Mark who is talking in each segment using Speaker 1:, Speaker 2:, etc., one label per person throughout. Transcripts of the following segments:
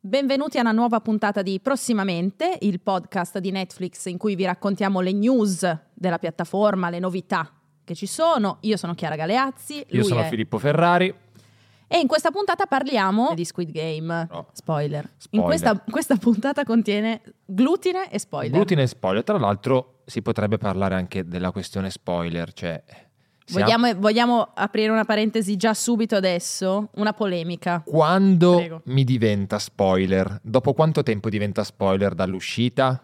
Speaker 1: Benvenuti a una nuova puntata di Prossimamente, il podcast di Netflix in cui vi raccontiamo le news della piattaforma, le novità che ci sono. Io sono Chiara Galeazzi.
Speaker 2: Io
Speaker 1: lui
Speaker 2: sono
Speaker 1: è-
Speaker 2: Filippo Ferrari.
Speaker 1: E in questa puntata parliamo di Squid Game.
Speaker 2: No.
Speaker 1: Spoiler. In
Speaker 2: Spoiler.
Speaker 1: questa, questa puntata contiene glutine e spoiler.
Speaker 2: Glutine e spoiler. Tra l'altro, si potrebbe parlare anche della questione spoiler. Cioè, siamo-
Speaker 1: Vogliamo, vogliamo aprire una parentesi già subito adesso? Una polemica.
Speaker 2: quando
Speaker 1: Prego.
Speaker 2: mi diventa spoiler? Dopo quanto tempo diventa spoiler dall'uscita?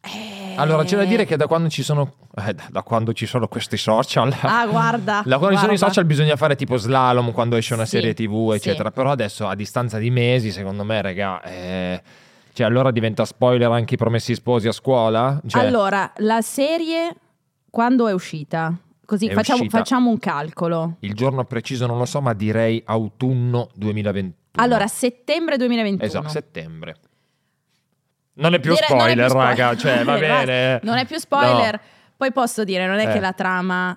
Speaker 1: Eh.
Speaker 2: Allora, c'è da dire che da quando ci sono, eh, da- da quando ci sono questi social.
Speaker 1: Ah, guarda.
Speaker 2: Da quando ci sono
Speaker 1: guarda.
Speaker 2: i social bisogna fare tipo slalom quando esce una
Speaker 1: Sì,
Speaker 2: serie tv,
Speaker 1: sì.
Speaker 2: eccetera. Però adesso a distanza di mesi, secondo me, raga, eh, cioè allora diventa spoiler anche i promessi sposi a scuola? Cioè,
Speaker 1: Allora, la serie quando è uscita? Così
Speaker 2: È
Speaker 1: facciamo,
Speaker 2: uscita-
Speaker 1: facciamo un calcolo.
Speaker 2: Il giorno preciso non lo so, ma direi autunno 2021.
Speaker 1: Allora, settembre 2021.
Speaker 2: esatto, settembre. Non è più
Speaker 1: Dire- non è
Speaker 2: spoiler,
Speaker 1: più spoiler.
Speaker 2: raga, cioè va
Speaker 1: Basta.
Speaker 2: bene.
Speaker 1: Non è più spoiler.
Speaker 2: No.
Speaker 1: Poi posso dire, non è
Speaker 2: Eh.
Speaker 1: che la trama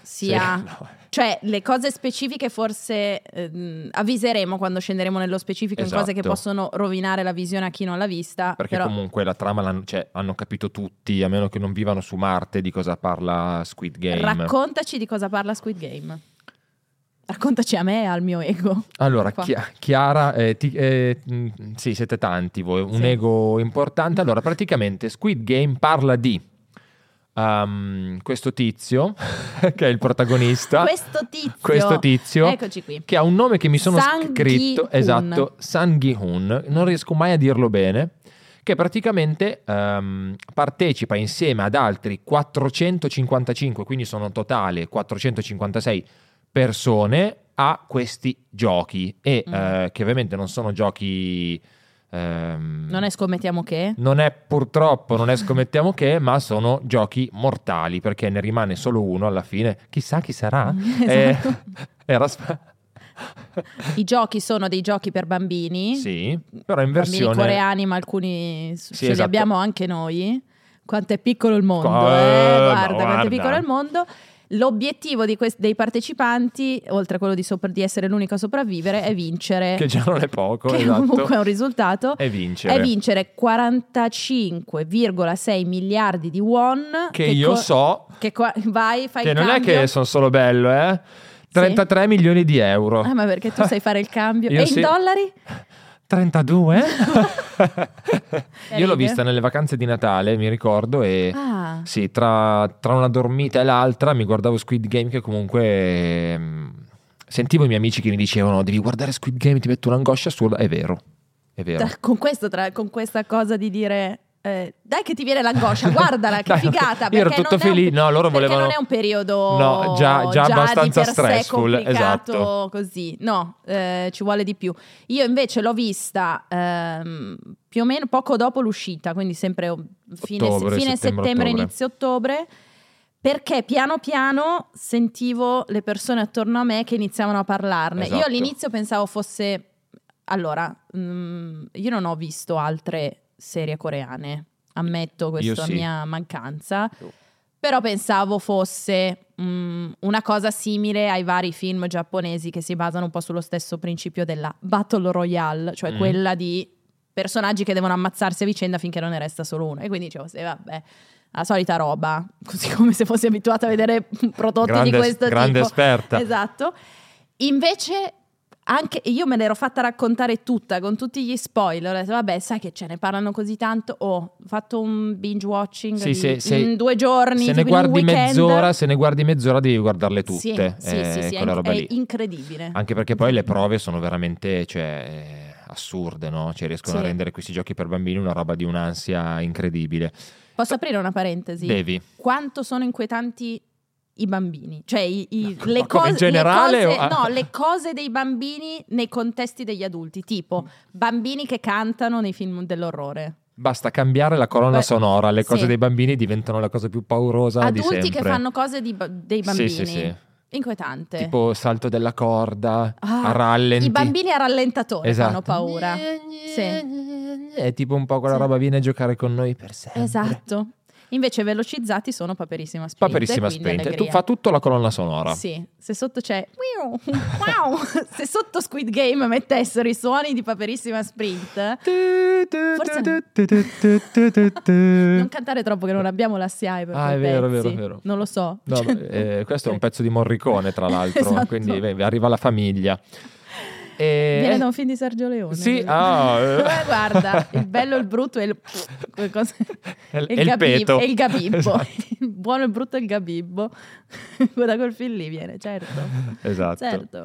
Speaker 2: Sì,
Speaker 1: sia...
Speaker 2: no.
Speaker 1: Cioè, le cose specifiche forse ehm, avviseremo quando scenderemo nello specifico in cose che
Speaker 2: Esatto.
Speaker 1: possono rovinare la visione a chi non l'ha vista.
Speaker 2: Perché
Speaker 1: però
Speaker 2: comunque la trama l'hanno, cioè, hanno capito tutti, a meno che non vivano su Marte, di cosa parla Squid Game.
Speaker 1: raccontaci di cosa parla Squid Game. Raccontaci a me e al mio ego.
Speaker 2: Allora,
Speaker 1: Qua.
Speaker 2: Chi- Chiara, eh, ti- eh, mh, sì, siete tanti voi, un
Speaker 1: Sì.
Speaker 2: ego importante. Allora, praticamente Squid Game parla di ehm, questo tizio, che è il protagonista.
Speaker 1: Questo tizio.
Speaker 2: Questo tizio.
Speaker 1: Eccoci qui.
Speaker 2: Che ha un nome che mi sono
Speaker 1: Sang
Speaker 2: scritto,
Speaker 1: Gi-hun.
Speaker 2: esatto, Sang Gi-hun, non riesco mai a dirlo bene, che praticamente ehm, partecipa insieme ad altri 455, quindi sono totale 456 persone a questi giochi e
Speaker 1: Mm.
Speaker 2: eh, che ovviamente non sono giochi... ehm,
Speaker 1: Non è scommettiamo che?
Speaker 2: non è purtroppo, non è scommettiamo che, ma sono giochi mortali perché ne rimane solo uno alla fine. Chissà chi sarà. Eh,
Speaker 1: Esatto.
Speaker 2: era sp-
Speaker 1: I giochi sono dei giochi per bambini.
Speaker 2: sì, però in
Speaker 1: bambini
Speaker 2: versione
Speaker 1: coreani, ma alcuni s-
Speaker 2: Sì,
Speaker 1: ce li
Speaker 2: esatto.
Speaker 1: abbiamo anche noi. Quanto è piccolo il mondo,
Speaker 2: Co-
Speaker 1: eh?
Speaker 2: eh,
Speaker 1: guarda,
Speaker 2: ma
Speaker 1: quanto è
Speaker 2: guarda.
Speaker 1: piccolo il mondo. L'obiettivo di quest- dei partecipanti, oltre a quello di, sopra- di essere l'unico a sopravvivere, è vincere,
Speaker 2: che già non è poco,
Speaker 1: che
Speaker 2: esatto.
Speaker 1: comunque è un risultato,
Speaker 2: è vincere.
Speaker 1: è vincere 45,6 miliardi di won.
Speaker 2: che, io
Speaker 1: co-
Speaker 2: so
Speaker 1: Che qua- vai, fai
Speaker 2: che
Speaker 1: il
Speaker 2: non è
Speaker 1: cambio.
Speaker 2: che sono solo bello, eh. 33 milioni di euro.
Speaker 1: Ah, ma perché tu sai fare il cambio.
Speaker 2: Io
Speaker 1: e
Speaker 2: sì.
Speaker 1: in dollari?
Speaker 2: 32? Io l'ho
Speaker 1: Ride.
Speaker 2: vista nelle vacanze di Natale, mi ricordo, e
Speaker 1: Ah.
Speaker 2: Sì, tra, tra una dormita e l'altra mi guardavo Squid Game che comunque ehm, sentivo i miei amici che mi dicevano devi guardare Squid Game, ti metto un'angoscia assurda. È vero, è vero.
Speaker 1: Tra- con, questo, tra- con questa cosa di dire eh, dai che ti viene l'angoscia, Cioè, guardala che
Speaker 2: Dai,
Speaker 1: figata.
Speaker 2: Io ero
Speaker 1: perché
Speaker 2: tutto
Speaker 1: non è un-
Speaker 2: felice, no, loro
Speaker 1: perché
Speaker 2: volevano...
Speaker 1: non è un periodo
Speaker 2: No, già, già
Speaker 1: di
Speaker 2: abbastanza
Speaker 1: per sé
Speaker 2: stressful,
Speaker 1: complicato
Speaker 2: esatto.
Speaker 1: così. No, eh, ci vuole di più. Io invece l'ho vista ehm, più o meno poco dopo l'uscita, quindi sempre o- fine,
Speaker 2: Ottobre,
Speaker 1: fine
Speaker 2: settembre,
Speaker 1: settembre,
Speaker 2: ottobre.
Speaker 1: inizio ottobre. Perché piano piano sentivo le persone attorno a me che iniziavano a parlarne. Io
Speaker 2: Esatto.
Speaker 1: all'inizio pensavo fosse. Allora, mm, io non ho visto altre serie coreane, ammetto questa
Speaker 2: sì.
Speaker 1: mia mancanza.
Speaker 2: Io.
Speaker 1: Però pensavo fosse mm, una cosa simile ai vari film giapponesi che si basano un po' sullo stesso principio della Battle Royale, cioè
Speaker 2: Mm.
Speaker 1: quella di personaggi che devono ammazzarsi a vicenda finché non ne resta solo uno. E quindi dicevo, sì, vabbè, la solita roba, così come se fossi abituata a vedere prodotti di
Speaker 2: Grande-
Speaker 1: questo
Speaker 2: grande
Speaker 1: tipo.
Speaker 2: esperta.
Speaker 1: Esatto. Invece anche io me l'ero fatta raccontare tutta con tutti gli spoiler. Ho detto, vabbè, sai che ce ne parlano così tanto. Oh, Ho fatto un binge watching
Speaker 2: Sì,
Speaker 1: di-
Speaker 2: se- se-
Speaker 1: in mm, due giorni.
Speaker 2: se
Speaker 1: tipo
Speaker 2: ne
Speaker 1: in
Speaker 2: guardi
Speaker 1: un weekend.
Speaker 2: mezz'ora, se ne guardi mezz'ora devi guardarle
Speaker 1: Sì,
Speaker 2: tutte.
Speaker 1: sì,
Speaker 2: eh,
Speaker 1: sì, sì,
Speaker 2: quella
Speaker 1: è,
Speaker 2: roba
Speaker 1: è
Speaker 2: lì. Ah,
Speaker 1: incredibile.
Speaker 2: Anche perché poi le prove sono veramente cioè, eh, assurde, no? Cioè riescono
Speaker 1: Sì.
Speaker 2: a rendere questi giochi per bambini una roba di un'ansia incredibile.
Speaker 1: Posso aprire una parentesi?
Speaker 2: Devi.
Speaker 1: Quanto sono inquietanti i bambini? Cioè, i- i-
Speaker 2: Ma
Speaker 1: le,
Speaker 2: come
Speaker 1: cose,
Speaker 2: in generale
Speaker 1: le cose-
Speaker 2: o-
Speaker 1: no, le cose dei bambini nei contesti degli adulti, tipo bambini che cantano nei film dell'orrore.
Speaker 2: Basta cambiare la colonna
Speaker 1: Beh,
Speaker 2: sonora, le cose
Speaker 1: sì.
Speaker 2: dei bambini diventano la cosa più paurosa di sempre.
Speaker 1: Adulti che fanno cose di ba- dei bambini.
Speaker 2: Sì, sì, sì.
Speaker 1: Inquietante.
Speaker 2: Tipo salto della corda,
Speaker 1: Ah,
Speaker 2: a rallenti.
Speaker 1: I bambini a rallentatore
Speaker 2: Esatto.
Speaker 1: fanno paura. Sì.
Speaker 2: È tipo un po' quella
Speaker 1: Sì.
Speaker 2: roba viene a giocare con noi per sempre.
Speaker 1: Esatto. Invece velocizzati sono Paperissima Spenta.
Speaker 2: Paperissima
Speaker 1: quindi
Speaker 2: spenta. Tu-
Speaker 1: Allegria.
Speaker 2: fa Ah. tutta la colonna sonora.
Speaker 1: Sì, se sotto c'è wow, wow, se sotto Squid Game mettessero i suoni di Paperissima Sprint, non cantare troppo che non abbiamo la SIAE per
Speaker 2: Ah,
Speaker 1: quei
Speaker 2: è vero, è
Speaker 1: pezzi.
Speaker 2: vero, è vero.
Speaker 1: Non lo so.
Speaker 2: No,
Speaker 1: Cioè,
Speaker 2: eh, questo è un pezzo di Morricone, tra l'altro,
Speaker 1: Esatto.
Speaker 2: quindi beh, arriva la famiglia. E- eh,
Speaker 1: Viene da un film di Sergio Leone.
Speaker 2: Sì,
Speaker 1: quindi.
Speaker 2: ah, eh.
Speaker 1: Guarda, il bello, il brutto e il... quel cosa-
Speaker 2: è il,
Speaker 1: e
Speaker 2: è il
Speaker 1: gabi-
Speaker 2: peto.
Speaker 1: e il gabibbo.
Speaker 2: Esatto,
Speaker 1: Il buono, il brutto e il gabibbo. da quel film lì viene, certo.
Speaker 2: esatto.
Speaker 1: Certo.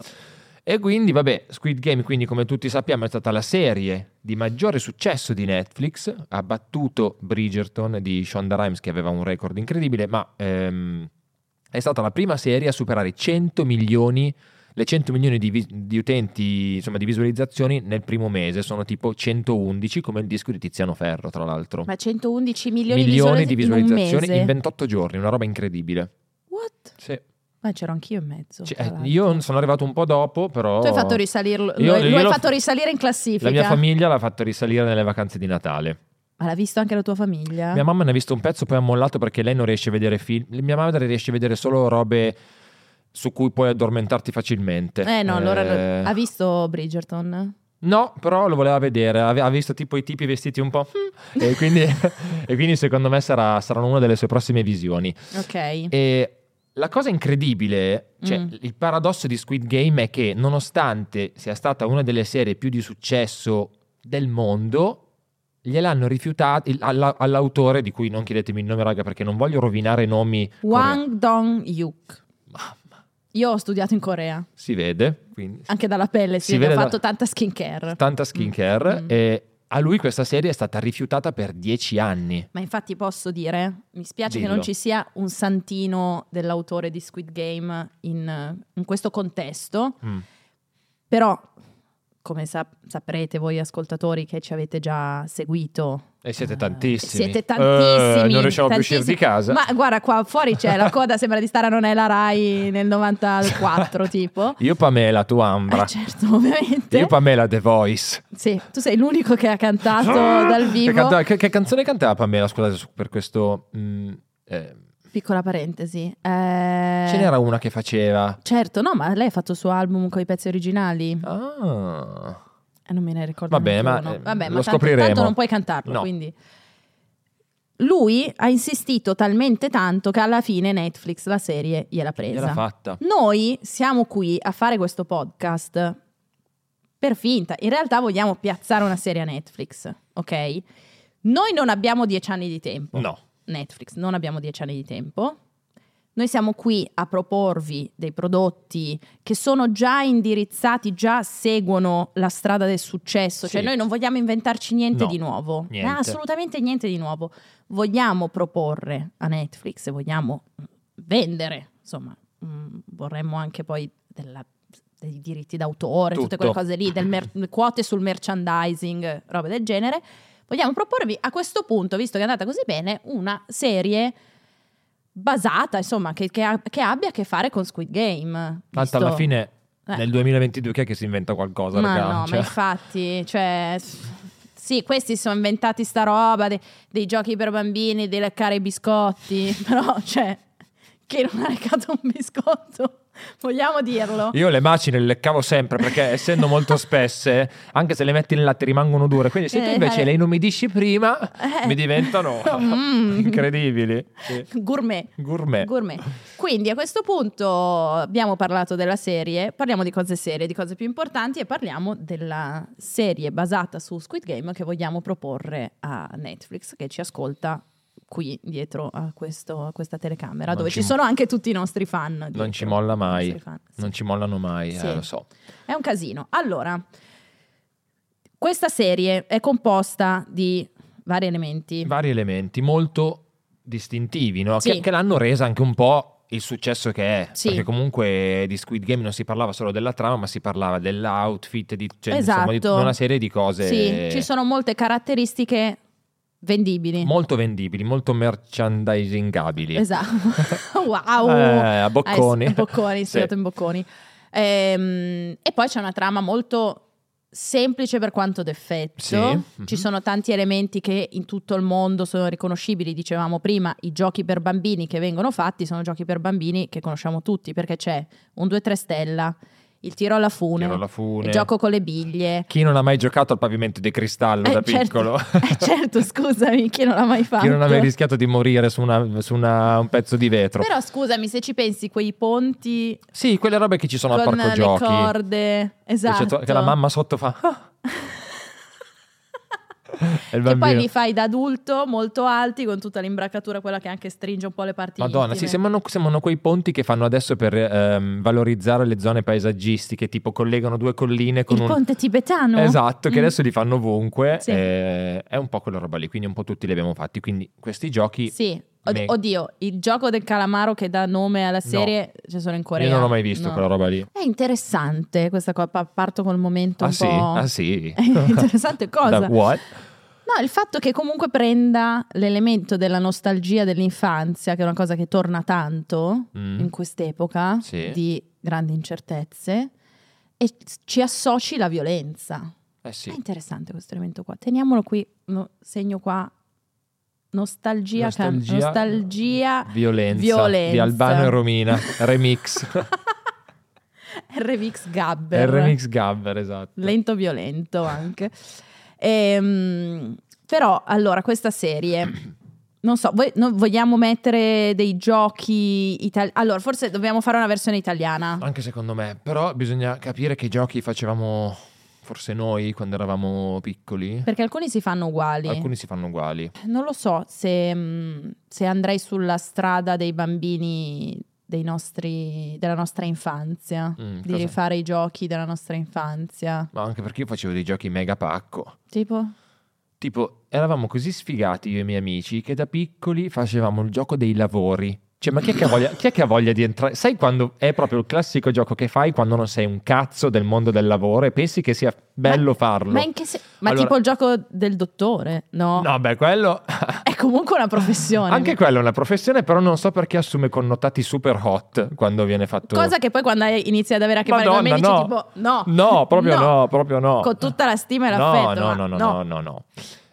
Speaker 2: E quindi, vabbè, Squid Game, quindi come tutti sappiamo, è stata la serie di maggiore successo di Netflix. Ha battuto Bridgerton di Shonda Rhimes, che aveva un record incredibile, ma ehm, è stata la prima serie a superare 100 milioni, le 100 milioni di, vi- di utenti, insomma, di visualizzazioni nel primo mese. Sono tipo 111, come il disco di Tiziano Ferro, tra l'altro.
Speaker 1: Ma 111 milioni,
Speaker 2: di
Speaker 1: visualizzazioni in un
Speaker 2: visualizzazioni in
Speaker 1: mese.
Speaker 2: 28 giorni, una roba incredibile.
Speaker 1: What?
Speaker 2: Sì.
Speaker 1: Ma c'ero anch'io in mezzo.
Speaker 2: Cioè,
Speaker 1: tra l'altro.
Speaker 2: io sono arrivato un po' dopo, però...
Speaker 1: Tu hai fatto risalirlo,
Speaker 2: Io-
Speaker 1: lo, lo
Speaker 2: io
Speaker 1: hai
Speaker 2: l'ho-
Speaker 1: fatto risalire in classifica.
Speaker 2: La mia famiglia l'ha fatto risalire nelle vacanze di Natale.
Speaker 1: Ma l'ha visto anche la tua famiglia?
Speaker 2: Mia mamma ne ha visto un pezzo, poi ha mollato perché lei non riesce a vedere film. Mia madre riesce a vedere solo robe su cui puoi addormentarti facilmente.
Speaker 1: Eh no, allora
Speaker 2: Eh,
Speaker 1: ha visto Bridgerton?
Speaker 2: No, però lo voleva vedere. Ave- Ha visto tipo i tipi vestiti un po'. mm, e, quindi, e quindi secondo me sarà, saranno una delle sue prossime visioni.
Speaker 1: Ok.
Speaker 2: E la cosa incredibile, cioè
Speaker 1: Mm.
Speaker 2: il paradosso di Squid Game è che nonostante sia stata una delle serie più di successo del mondo, gliel'hanno rifiutata il- alla- all'autore, di cui non chiedetemi il nome raga perché non voglio rovinare i nomi,
Speaker 1: Wang Dong-yuk.
Speaker 2: Mamma,
Speaker 1: Io ho studiato in Corea,
Speaker 2: si vede, quindi
Speaker 1: anche dalla pelle,
Speaker 2: Si
Speaker 1: sì, ho
Speaker 2: vede da-
Speaker 1: fatto tanta skincare.
Speaker 2: tanta skincare
Speaker 1: Mm, mm.
Speaker 2: e a lui questa serie è stata rifiutata per dieci anni.
Speaker 1: Ma infatti posso dire, mi spiace che
Speaker 2: Dillo.
Speaker 1: non ci sia un santino dell'autore di Squid Game in, in questo contesto,
Speaker 2: Mm.
Speaker 1: però come sap- saprete voi ascoltatori che ci avete già seguito.
Speaker 2: E siete
Speaker 1: eh,
Speaker 2: tantissimi.
Speaker 1: Siete tantissimi.
Speaker 2: Eh, non riusciamo più a uscire
Speaker 1: tantissimi.
Speaker 2: di casa.
Speaker 1: Ma guarda, qua fuori c'è la coda, sembra di stare a non è la Rai nel 94, tipo.
Speaker 2: Io Pamela, tu
Speaker 1: Eh,
Speaker 2: Ambra.
Speaker 1: certo, ovviamente.
Speaker 2: Io Pamela The Voice.
Speaker 1: Sì, tu sei l'unico che ha cantato dal
Speaker 2: Ah! Che,
Speaker 1: vivo.
Speaker 2: canta- che- che canzone cantava Pamela? Scusate su- per questo. mm, eh,
Speaker 1: Piccola parentesi. Eh,
Speaker 2: Ce n'era una che faceva.
Speaker 1: Certo, no, ma lei ha fatto il suo album con i pezzi originali.
Speaker 2: Ah.
Speaker 1: Eh, non me ne ricordo.
Speaker 2: Va bene,
Speaker 1: neanche
Speaker 2: ma,
Speaker 1: uno.
Speaker 2: eh,
Speaker 1: Vabbè,
Speaker 2: lo
Speaker 1: ma tanto,
Speaker 2: scopriremo.
Speaker 1: tanto non puoi cantarlo,
Speaker 2: No.
Speaker 1: quindi. Lui ha insistito talmente tanto che alla fine Netflix la serie gliel'ha presa.
Speaker 2: Gliel'ha fatta.
Speaker 1: Noi siamo qui a fare questo podcast per finta. In realtà vogliamo piazzare una serie a Netflix, ok? Noi non abbiamo dieci anni di tempo.
Speaker 2: No.
Speaker 1: Netflix, non abbiamo dieci anni di tempo. Noi siamo qui a proporvi dei prodotti che sono già indirizzati, già seguono la strada del successo, cioè
Speaker 2: Sì.
Speaker 1: noi non vogliamo inventarci niente
Speaker 2: No,
Speaker 1: di nuovo,
Speaker 2: niente.
Speaker 1: Ah, assolutamente niente di nuovo. Vogliamo proporre a Netflix, vogliamo mm, vendere, insomma, mm, vorremmo anche poi della- dei diritti d'autore, tutte
Speaker 2: Tutto.
Speaker 1: quelle cose lì, del mer- quote sul merchandising, robe del genere. Vogliamo proporvi a questo punto, visto che è andata così bene, una serie basata, insomma, che, che ha- che abbia a che fare con Squid Game.
Speaker 2: Tanto
Speaker 1: visto-
Speaker 2: alla fine,
Speaker 1: Eh.
Speaker 2: nel 2022, chi è che si inventa qualcosa?
Speaker 1: Ma
Speaker 2: raga?
Speaker 1: no,
Speaker 2: Cioè,
Speaker 1: ma infatti, cioè... Sì, questi sono inventati sta roba de- dei giochi per bambini, dei leccare i biscotti, però, cioè, chi non ha leccato un biscotto? Vogliamo dirlo?
Speaker 2: Io le macine le leccavo sempre perché, essendo molto spesse, anche se le metti nel latte rimangono dure. Quindi, se tu
Speaker 1: Eh,
Speaker 2: invece
Speaker 1: eh.
Speaker 2: le inumidisci prima,
Speaker 1: Eh.
Speaker 2: mi diventano
Speaker 1: Mm.
Speaker 2: incredibili. Sì.
Speaker 1: Gourmet.
Speaker 2: Gourmet.
Speaker 1: Gourmet. Quindi a questo punto abbiamo parlato della serie, parliamo di cose serie, di cose più importanti e parliamo della serie basata su Squid Game che vogliamo proporre a Netflix che ci ascolta qui dietro a, questo- a questa telecamera
Speaker 2: Non
Speaker 1: dove
Speaker 2: ci
Speaker 1: ci,
Speaker 2: mo-
Speaker 1: sono anche tutti i nostri fan. dietro,
Speaker 2: ci molla
Speaker 1: i
Speaker 2: mai.
Speaker 1: nostri fan, sì.
Speaker 2: Non ci mollano mai, eh,
Speaker 1: Sì.
Speaker 2: lo so.
Speaker 1: È un casino. Allora, questa serie è composta di vari elementi.
Speaker 2: vari elementi molto distintivi, no?
Speaker 1: Sì.
Speaker 2: che, che l'hanno resa anche un po' il successo che è.
Speaker 1: Sì.
Speaker 2: Perché comunque di Squid Game non si parlava solo della trama, ma si parlava dell'outfit, di, cioè, insomma, di
Speaker 1: Esatto.
Speaker 2: una serie di cose
Speaker 1: Sì, ci sono molte caratteristiche vendibili.
Speaker 2: molto vendibili, molto merchandisingabili.
Speaker 1: Esatto. wow.
Speaker 2: Eh, a bocconi.
Speaker 1: Eh, sì, bocconi,
Speaker 2: Sì.
Speaker 1: studiato in bocconi. Ehm, e poi c'è una trama molto semplice per quanto d'effetto.
Speaker 2: Sì, mhm.
Speaker 1: Ci sono tanti elementi che in tutto il mondo sono riconoscibili. Dicevamo prima, i giochi per bambini che vengono fatti sono giochi per bambini che conosciamo tutti, perché c'è un 2-3 stella, il tiro alla fune,
Speaker 2: Tiro alla fune.
Speaker 1: il gioco con le biglie.
Speaker 2: Chi non ha mai giocato al pavimento di cristallo
Speaker 1: Eh,
Speaker 2: da
Speaker 1: certo.
Speaker 2: piccolo?
Speaker 1: Eh, certo, scusami, chi non l'ha mai fatto?
Speaker 2: Chi non ha mai rischiato di morire su, una- su una- un pezzo di vetro?
Speaker 1: Però scusami, se ci pensi, quei ponti
Speaker 2: Sì, quelle robe che ci sono
Speaker 1: con
Speaker 2: al parco
Speaker 1: le
Speaker 2: giochi.
Speaker 1: corde,
Speaker 2: Che c'è
Speaker 1: esatto.
Speaker 2: to- Che la mamma sotto fa. "Ah", e il
Speaker 1: Che poi
Speaker 2: bambino-
Speaker 1: li fai da adulto, molto alti, con tutta l'imbracatura, quella che anche stringe un po' le parti
Speaker 2: Madonna, sì,
Speaker 1: intime.
Speaker 2: sembrano, sembrano quei ponti che fanno adesso per ehm, valorizzare le zone paesaggistiche, tipo collegano due colline con
Speaker 1: Il
Speaker 2: un...
Speaker 1: ponte tibetano.
Speaker 2: Esatto, che
Speaker 1: Mm.
Speaker 2: adesso li fanno ovunque.
Speaker 1: Sì.
Speaker 2: eh, è un po' quella roba lì, quindi un po' tutti li abbiamo fatti. Quindi questi giochi
Speaker 1: Sì. Od-
Speaker 2: Me-
Speaker 1: Oddio, il gioco del calamaro che dà nome alla serie ci sono in Corea.
Speaker 2: io non l'ho mai visto
Speaker 1: No.
Speaker 2: quella roba lì.
Speaker 1: È interessante questa cosa, pa- parto col momento
Speaker 2: Ah
Speaker 1: un
Speaker 2: sì?
Speaker 1: po'...
Speaker 2: Ah sì?
Speaker 1: È interessante cosa.
Speaker 2: Da- what?
Speaker 1: No, il fatto che comunque prenda l'elemento della nostalgia dell'infanzia, che è una cosa che torna tanto
Speaker 2: Mm.
Speaker 1: in quest'epoca
Speaker 2: Sì.
Speaker 1: di grandi incertezze, e ci associ la violenza.
Speaker 2: Eh sì.
Speaker 1: È interessante questo elemento qua. Teniamolo qui, no- segno qua. Nostalgia, can- nostalgia
Speaker 2: violenza,
Speaker 1: violenza.
Speaker 2: di Albano e Romina, remix,
Speaker 1: RVX Gabber.
Speaker 2: il remix Gabber, esatto.
Speaker 1: Lento violento anche. Ehm, però, allora, questa serie... Non so, voi- noi vogliamo mettere dei giochi italiani? Allora, forse dobbiamo fare una versione italiana.
Speaker 2: Anche secondo me, però bisogna capire che giochi facevamo forse noi quando eravamo piccoli.
Speaker 1: Perché alcuni si fanno uguali.
Speaker 2: Alcuni si fanno uguali.
Speaker 1: Non lo so se, mh, se andrei sulla strada dei bambini dei nostri- della nostra infanzia,
Speaker 2: Mm,
Speaker 1: di
Speaker 2: cosa-
Speaker 1: rifare i giochi della nostra infanzia.
Speaker 2: Ma anche perché io facevo dei giochi mega pacco.
Speaker 1: Tipo,
Speaker 2: Tipo, eravamo così sfigati io e i miei amici che da piccoli facevamo il gioco dei lavori. Cioè, ma chi è che ha voglia, chi è che ha voglia di entrare? Sai quando è proprio il classico gioco che fai quando non sei un cazzo del mondo del lavoro e pensi che sia bello farlo?
Speaker 1: ma, in che se- ma
Speaker 2: Allora-
Speaker 1: tipo il gioco del dottore, no?
Speaker 2: No, beh, quello.
Speaker 1: È comunque una professione.
Speaker 2: Anche quella è una professione, però non so perché assume connotati super hot quando viene fatto.
Speaker 1: Cosa che poi quando hai- inizi ad avere a che fare con me dici
Speaker 2: Esatto. Madonna,
Speaker 1: tipo no.
Speaker 2: No, proprio no, proprio no.
Speaker 1: Con tutta la stima e
Speaker 2: No,
Speaker 1: l'affetto.
Speaker 2: no,
Speaker 1: ma
Speaker 2: no, no, no, no, no.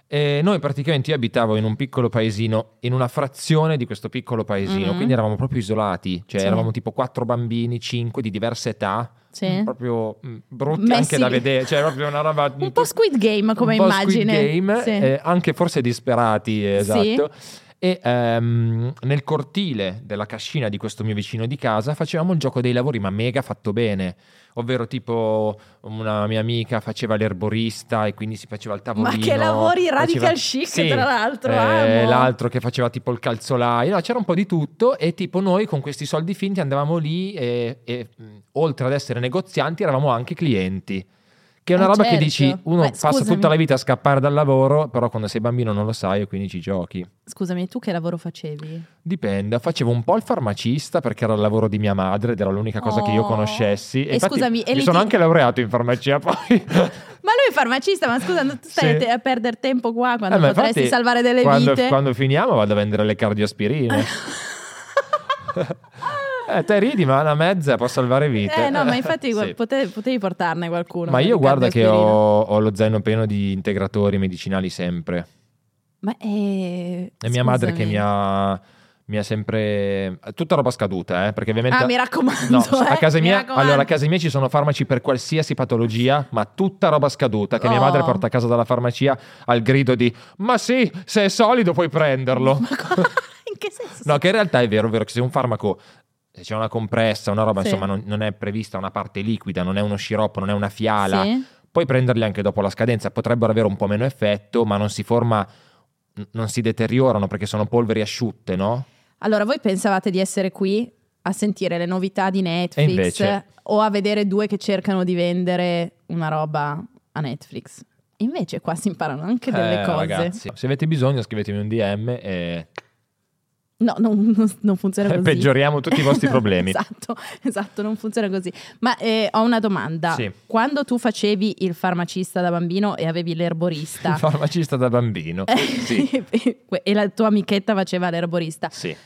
Speaker 2: E noi praticamente io abitavo in un piccolo paesino, in una frazione di questo piccolo paesino,
Speaker 1: Mhm.
Speaker 2: quindi eravamo proprio isolati, cioè
Speaker 1: Sì.
Speaker 2: eravamo tipo quattro bambini, cinque di diverse età,
Speaker 1: Sì.
Speaker 2: proprio mm, brutti
Speaker 1: Messi
Speaker 2: anche da
Speaker 1: lì.
Speaker 2: vedere, cioè proprio una roba
Speaker 1: Un po' Squid Game come
Speaker 2: un po'
Speaker 1: immagine.
Speaker 2: Squid Game,
Speaker 1: Sì.
Speaker 2: eh, anche forse disperati, eh,
Speaker 1: Sì.
Speaker 2: esatto. E ehm, nel cortile della cascina di questo mio vicino di casa facevamo il gioco dei lavori, ma mega fatto bene. Ovvero, tipo, una mia amica faceva l'erborista e quindi si faceva il
Speaker 1: Ma
Speaker 2: tavolino.
Speaker 1: che lavori radical
Speaker 2: faceva-
Speaker 1: chic,
Speaker 2: Sì,
Speaker 1: tra l'altro.
Speaker 2: eh,
Speaker 1: amo.
Speaker 2: l'altro che faceva tipo il calzolaio, no, c'era un po' di tutto e tipo noi con questi soldi finti andavamo lì e, e, mh, oltre ad essere negozianti eravamo anche clienti. Che è una
Speaker 1: Eh,
Speaker 2: roba che
Speaker 1: certo.
Speaker 2: dici, uno
Speaker 1: Beh,
Speaker 2: passa
Speaker 1: scusami.
Speaker 2: tutta la vita a scappare dal lavoro, però quando sei bambino non lo sai e quindi ci giochi.
Speaker 1: Scusami, tu che lavoro facevi?
Speaker 2: Dipende, facevo un po' il farmacista perché era il lavoro di mia madre ed era l'unica cosa che io
Speaker 1: Oh.
Speaker 2: conoscessi.
Speaker 1: E
Speaker 2: infatti
Speaker 1: scusami, e
Speaker 2: mi
Speaker 1: lì
Speaker 2: sono
Speaker 1: ti-
Speaker 2: anche laureato in farmacia poi.
Speaker 1: Ma lui è farmacista, ma scusa, non stai
Speaker 2: Sì.
Speaker 1: a te- a perdere tempo qua quando
Speaker 2: Eh, ma
Speaker 1: potresti
Speaker 2: infatti,
Speaker 1: salvare delle
Speaker 2: quando,
Speaker 1: vite.
Speaker 2: Quando finiamo vado a vendere le cardioaspirine. Eh, te ridi, ma una mezza può salvare vite.
Speaker 1: Eh, no, ma infatti
Speaker 2: Sì.
Speaker 1: guarda, pote- potevi portarne qualcuno.
Speaker 2: Ma io
Speaker 1: Riccardo
Speaker 2: guarda che ho,
Speaker 1: Esperino.
Speaker 2: ho lo zaino pieno di integratori medicinali sempre.
Speaker 1: Ma eh,
Speaker 2: È mia madre che
Speaker 1: scusami.
Speaker 2: mi ha, mi ha sempre... Tutta roba scaduta, eh, perché ovviamente...
Speaker 1: Ah, mi raccomando.
Speaker 2: No,
Speaker 1: eh,
Speaker 2: a casa
Speaker 1: mi
Speaker 2: mia,
Speaker 1: raccomando.
Speaker 2: allora, a casa mia ci sono farmaci per qualsiasi patologia, ma tutta roba scaduta che mia
Speaker 1: Oh.
Speaker 2: madre porta a casa dalla farmacia al grido di Ma sì, se è solido puoi prenderlo.
Speaker 1: Ma co- in che senso?
Speaker 2: No, che in realtà è vero, è vero che se un farmaco se c'è una compressa, una roba,
Speaker 1: Sì.
Speaker 2: insomma, non, non è prevista una parte liquida, non è uno sciroppo, non è una fiala,
Speaker 1: Sì?
Speaker 2: puoi prenderli anche dopo la scadenza, potrebbero avere un po' meno effetto, ma non si forma n- non si deteriorano perché sono polveri asciutte, no?
Speaker 1: Allora, voi pensavate di essere qui a sentire le novità di Netflix
Speaker 2: E invece?
Speaker 1: o a vedere due che cercano di vendere una roba a Netflix? Invece qua si imparano anche delle
Speaker 2: Eh,
Speaker 1: cose.
Speaker 2: Ragazzi, se avete bisogno scrivetemi un DM e
Speaker 1: No, non, non- non funziona
Speaker 2: e
Speaker 1: così.
Speaker 2: peggioriamo tutti i vostri problemi.
Speaker 1: esatto, esatto, non funziona così. Ma eh, ho una domanda.
Speaker 2: Sì.
Speaker 1: Quando tu facevi il farmacista da bambino e avevi l'erborista
Speaker 2: Il
Speaker 1: Eh,
Speaker 2: farmacista da bambino. Sì.
Speaker 1: e la tua amichetta faceva l'erborista,
Speaker 2: Sì.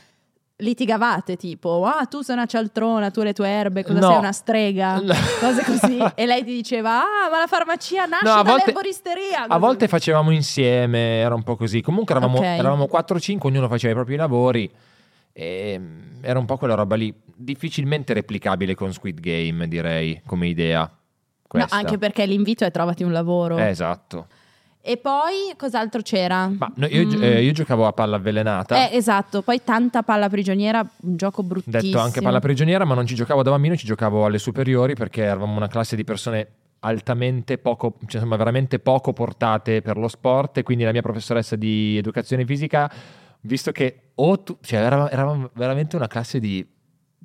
Speaker 1: litigavate tipo, ah tu sei una cialtrona, tu e le tue erbe, cosa
Speaker 2: No.
Speaker 1: sei una strega,
Speaker 2: No.
Speaker 1: cose così. e lei ti diceva, ah ma la farmacia nasce
Speaker 2: No, a volte-
Speaker 1: dall'erboristeria.
Speaker 2: A volte facevamo insieme, era un po' così. Comunque eravamo,
Speaker 1: Ok.
Speaker 2: eravamo 4-5, ognuno faceva i propri lavori. E mm, era un po' quella roba lì, difficilmente replicabile con Squid Game, direi, come idea.
Speaker 1: No,
Speaker 2: Questa.
Speaker 1: anche perché l'invito è trovati un lavoro.
Speaker 2: Eh, esatto.
Speaker 1: E poi cos'altro c'era?
Speaker 2: Ma no, io, gi-
Speaker 1: Mm.
Speaker 2: eh, io giocavo a palla avvelenata.
Speaker 1: Eh, esatto, poi tanta palla prigioniera, un gioco bruttissimo.
Speaker 2: detto anche palla prigioniera, ma non ci giocavo da bambino, ci giocavo alle superiori perché eravamo una classe di persone altamente poco, cioè, insomma, veramente poco portate per lo sport e quindi la mia professoressa di educazione fisica, visto che o tu- cioè, eravamo, eravamo veramente una classe di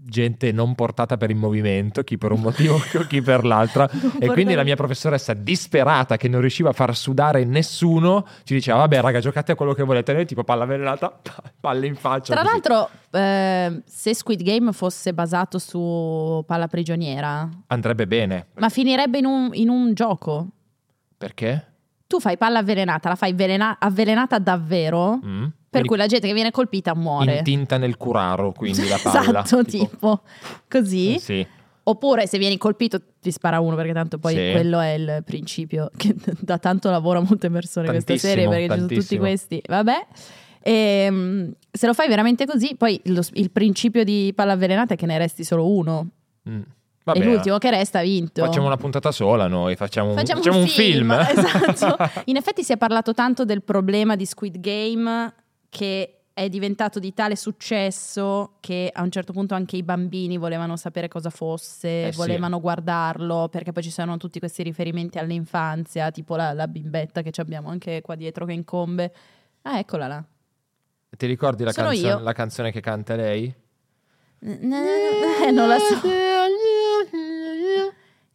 Speaker 2: gente non portata per il movimento, chi per un motivo, chi per l'altro, e quindi la mia professoressa, disperata che non riusciva a far sudare nessuno, ci diceva: Vabbè, raga, giocate a quello che volete. E Noi, tipo, palla avvelenata, palle in faccia.
Speaker 1: Tra
Speaker 2: così.
Speaker 1: l'altro, eh, se Squid Game fosse basato su palla prigioniera,
Speaker 2: andrebbe bene.
Speaker 1: ma finirebbe in un, in un gioco.
Speaker 2: Perché?
Speaker 1: Tu fai palla avvelenata, la fai velena- avvelenata davvero,
Speaker 2: Mm.
Speaker 1: per
Speaker 2: Quindi
Speaker 1: cui la gente che viene colpita muore.
Speaker 2: intinta nel curaro, quindi la palla.
Speaker 1: esatto, tipo, così.
Speaker 2: Eh Sì.
Speaker 1: Oppure se vieni colpito ti spara uno perché tanto poi
Speaker 2: Sì.
Speaker 1: quello è il principio che dà tanto lavoro a molte persone questa
Speaker 2: Tantissimo,
Speaker 1: serie perché ci sono tutti
Speaker 2: tantissimo.
Speaker 1: questi. Vabbè. Ehm, se lo fai veramente così, poi lo- il principio di palla avvelenata è che ne resti solo uno.
Speaker 2: Mm. Va bene.
Speaker 1: e l'ultimo che resta ha vinto.
Speaker 2: Facciamo una puntata sola noi, facciamo un,
Speaker 1: Facciamo
Speaker 2: facciamo un film.
Speaker 1: esatto. In effetti si è parlato tanto del problema di Squid Game che è diventato di tale successo che a un certo punto anche i bambini volevano sapere cosa fosse,
Speaker 2: Eh sì.
Speaker 1: volevano guardarlo, perché poi ci sono tutti questi riferimenti all'infanzia, tipo la, la bimbetta che ci abbiamo anche qua dietro che incombe. Ah, eccola là.
Speaker 2: Ti ricordi la,
Speaker 1: Sono
Speaker 2: canzo-
Speaker 1: io.
Speaker 2: la canzone che canta lei?
Speaker 1: Eh, non la so.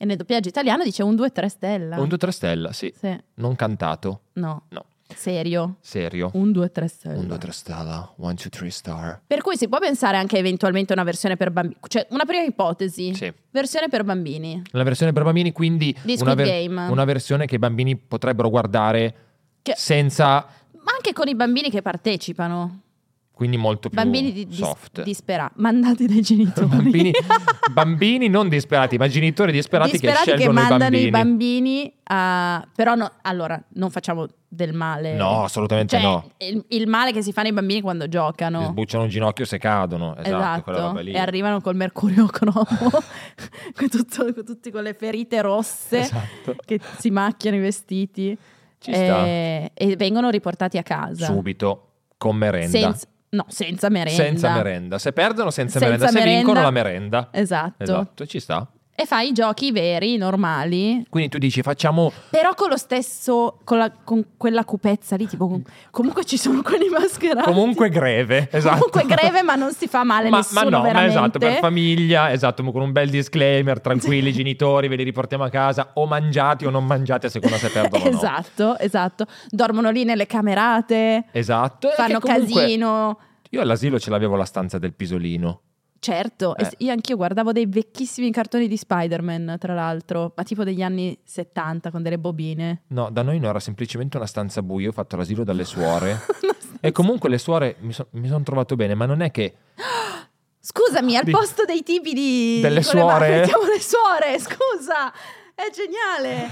Speaker 1: E nel doppiaggio italiano dice un 2-3 stella.
Speaker 2: Un 2 3 stella, sì.
Speaker 1: Sì,
Speaker 2: Non cantato,
Speaker 1: no.
Speaker 2: No.
Speaker 1: Serio.
Speaker 2: serio.
Speaker 1: Un 2-3 stella.
Speaker 2: Un 2 3 stella, 1 2 3 star.
Speaker 1: Per cui si può pensare anche eventualmente a una versione per bambini, cioè una prima ipotesi,
Speaker 2: Sì.
Speaker 1: versione per bambini
Speaker 2: La versione per bambini, quindi
Speaker 1: di Squid
Speaker 2: una, ver-
Speaker 1: Game,
Speaker 2: una versione che i bambini potrebbero guardare
Speaker 1: Che-
Speaker 2: senza
Speaker 1: ma anche con i bambini che partecipano,
Speaker 2: quindi molto più
Speaker 1: bambini di, dis-
Speaker 2: Uh, soft.
Speaker 1: dispera- mandati dai genitori,
Speaker 2: bambini, bambini non disperati, ma genitori disperati,
Speaker 1: Disperati
Speaker 2: che scelgono
Speaker 1: mandano
Speaker 2: i bambini.
Speaker 1: a... Però no, allora, non facciamo del male.
Speaker 2: No, assolutamente
Speaker 1: Cioè,
Speaker 2: no.
Speaker 1: Il, il male che si fa nei bambini quando
Speaker 2: Ti
Speaker 1: giocano.
Speaker 2: sbucciano un ginocchio se cadono. Esatto, quella roba lì.
Speaker 1: e arrivano col mercurio cromo, con, tutto- con tutte quelle ferite rosse.
Speaker 2: Esatto.
Speaker 1: che si macchiano i vestiti
Speaker 2: Ci
Speaker 1: eh, e vengono riportati a casa.
Speaker 2: Subito, con merenda.
Speaker 1: Senza, no, senza merenda.
Speaker 2: Senza merenda. Se perdono senza,
Speaker 1: Senza
Speaker 2: merenda, se vincono
Speaker 1: merenda.
Speaker 2: la merenda.
Speaker 1: Esatto.
Speaker 2: Esatto, ci sta.
Speaker 1: E fai i giochi veri, normali,
Speaker 2: Quindi tu dici facciamo
Speaker 1: però con lo stesso, con, la- con quella cupezza lì, tipo com- comunque ci sono quelli mascherati.
Speaker 2: comunque greve, esatto.
Speaker 1: Comunque greve, ma non si fa male
Speaker 2: ma, ma
Speaker 1: nessuno
Speaker 2: no,
Speaker 1: veramente.
Speaker 2: ma esatto, per famiglia, esatto, con un bel disclaimer, tranquilli, i genitori, ve li riportiamo a casa, o mangiati o non mangiati a seconda se perdono o no.
Speaker 1: esatto, esatto. Dormono lì nelle camerate,
Speaker 2: Esatto. e
Speaker 1: fanno
Speaker 2: che comunque-
Speaker 1: casino.
Speaker 2: Io all'asilo ce l'avevo la stanza del pisolino.
Speaker 1: Certo,
Speaker 2: Eh.
Speaker 1: e s- io anch'io guardavo dei vecchissimi cartoni di Spider-Man, tra l'altro, ma tipo degli anni 70 con delle bobine.
Speaker 2: No, da noi no, era semplicemente una stanza buia, ho fatto l'asilo dalle suore.
Speaker 1: No,
Speaker 2: e comunque le suore mi, sono trovato bene, ma non è che...
Speaker 1: Scusami, al
Speaker 2: Di-
Speaker 1: posto dei tipi di...
Speaker 2: Delle
Speaker 1: con le mani
Speaker 2: suore?
Speaker 1: mettiamo le suore, scusa! È geniale!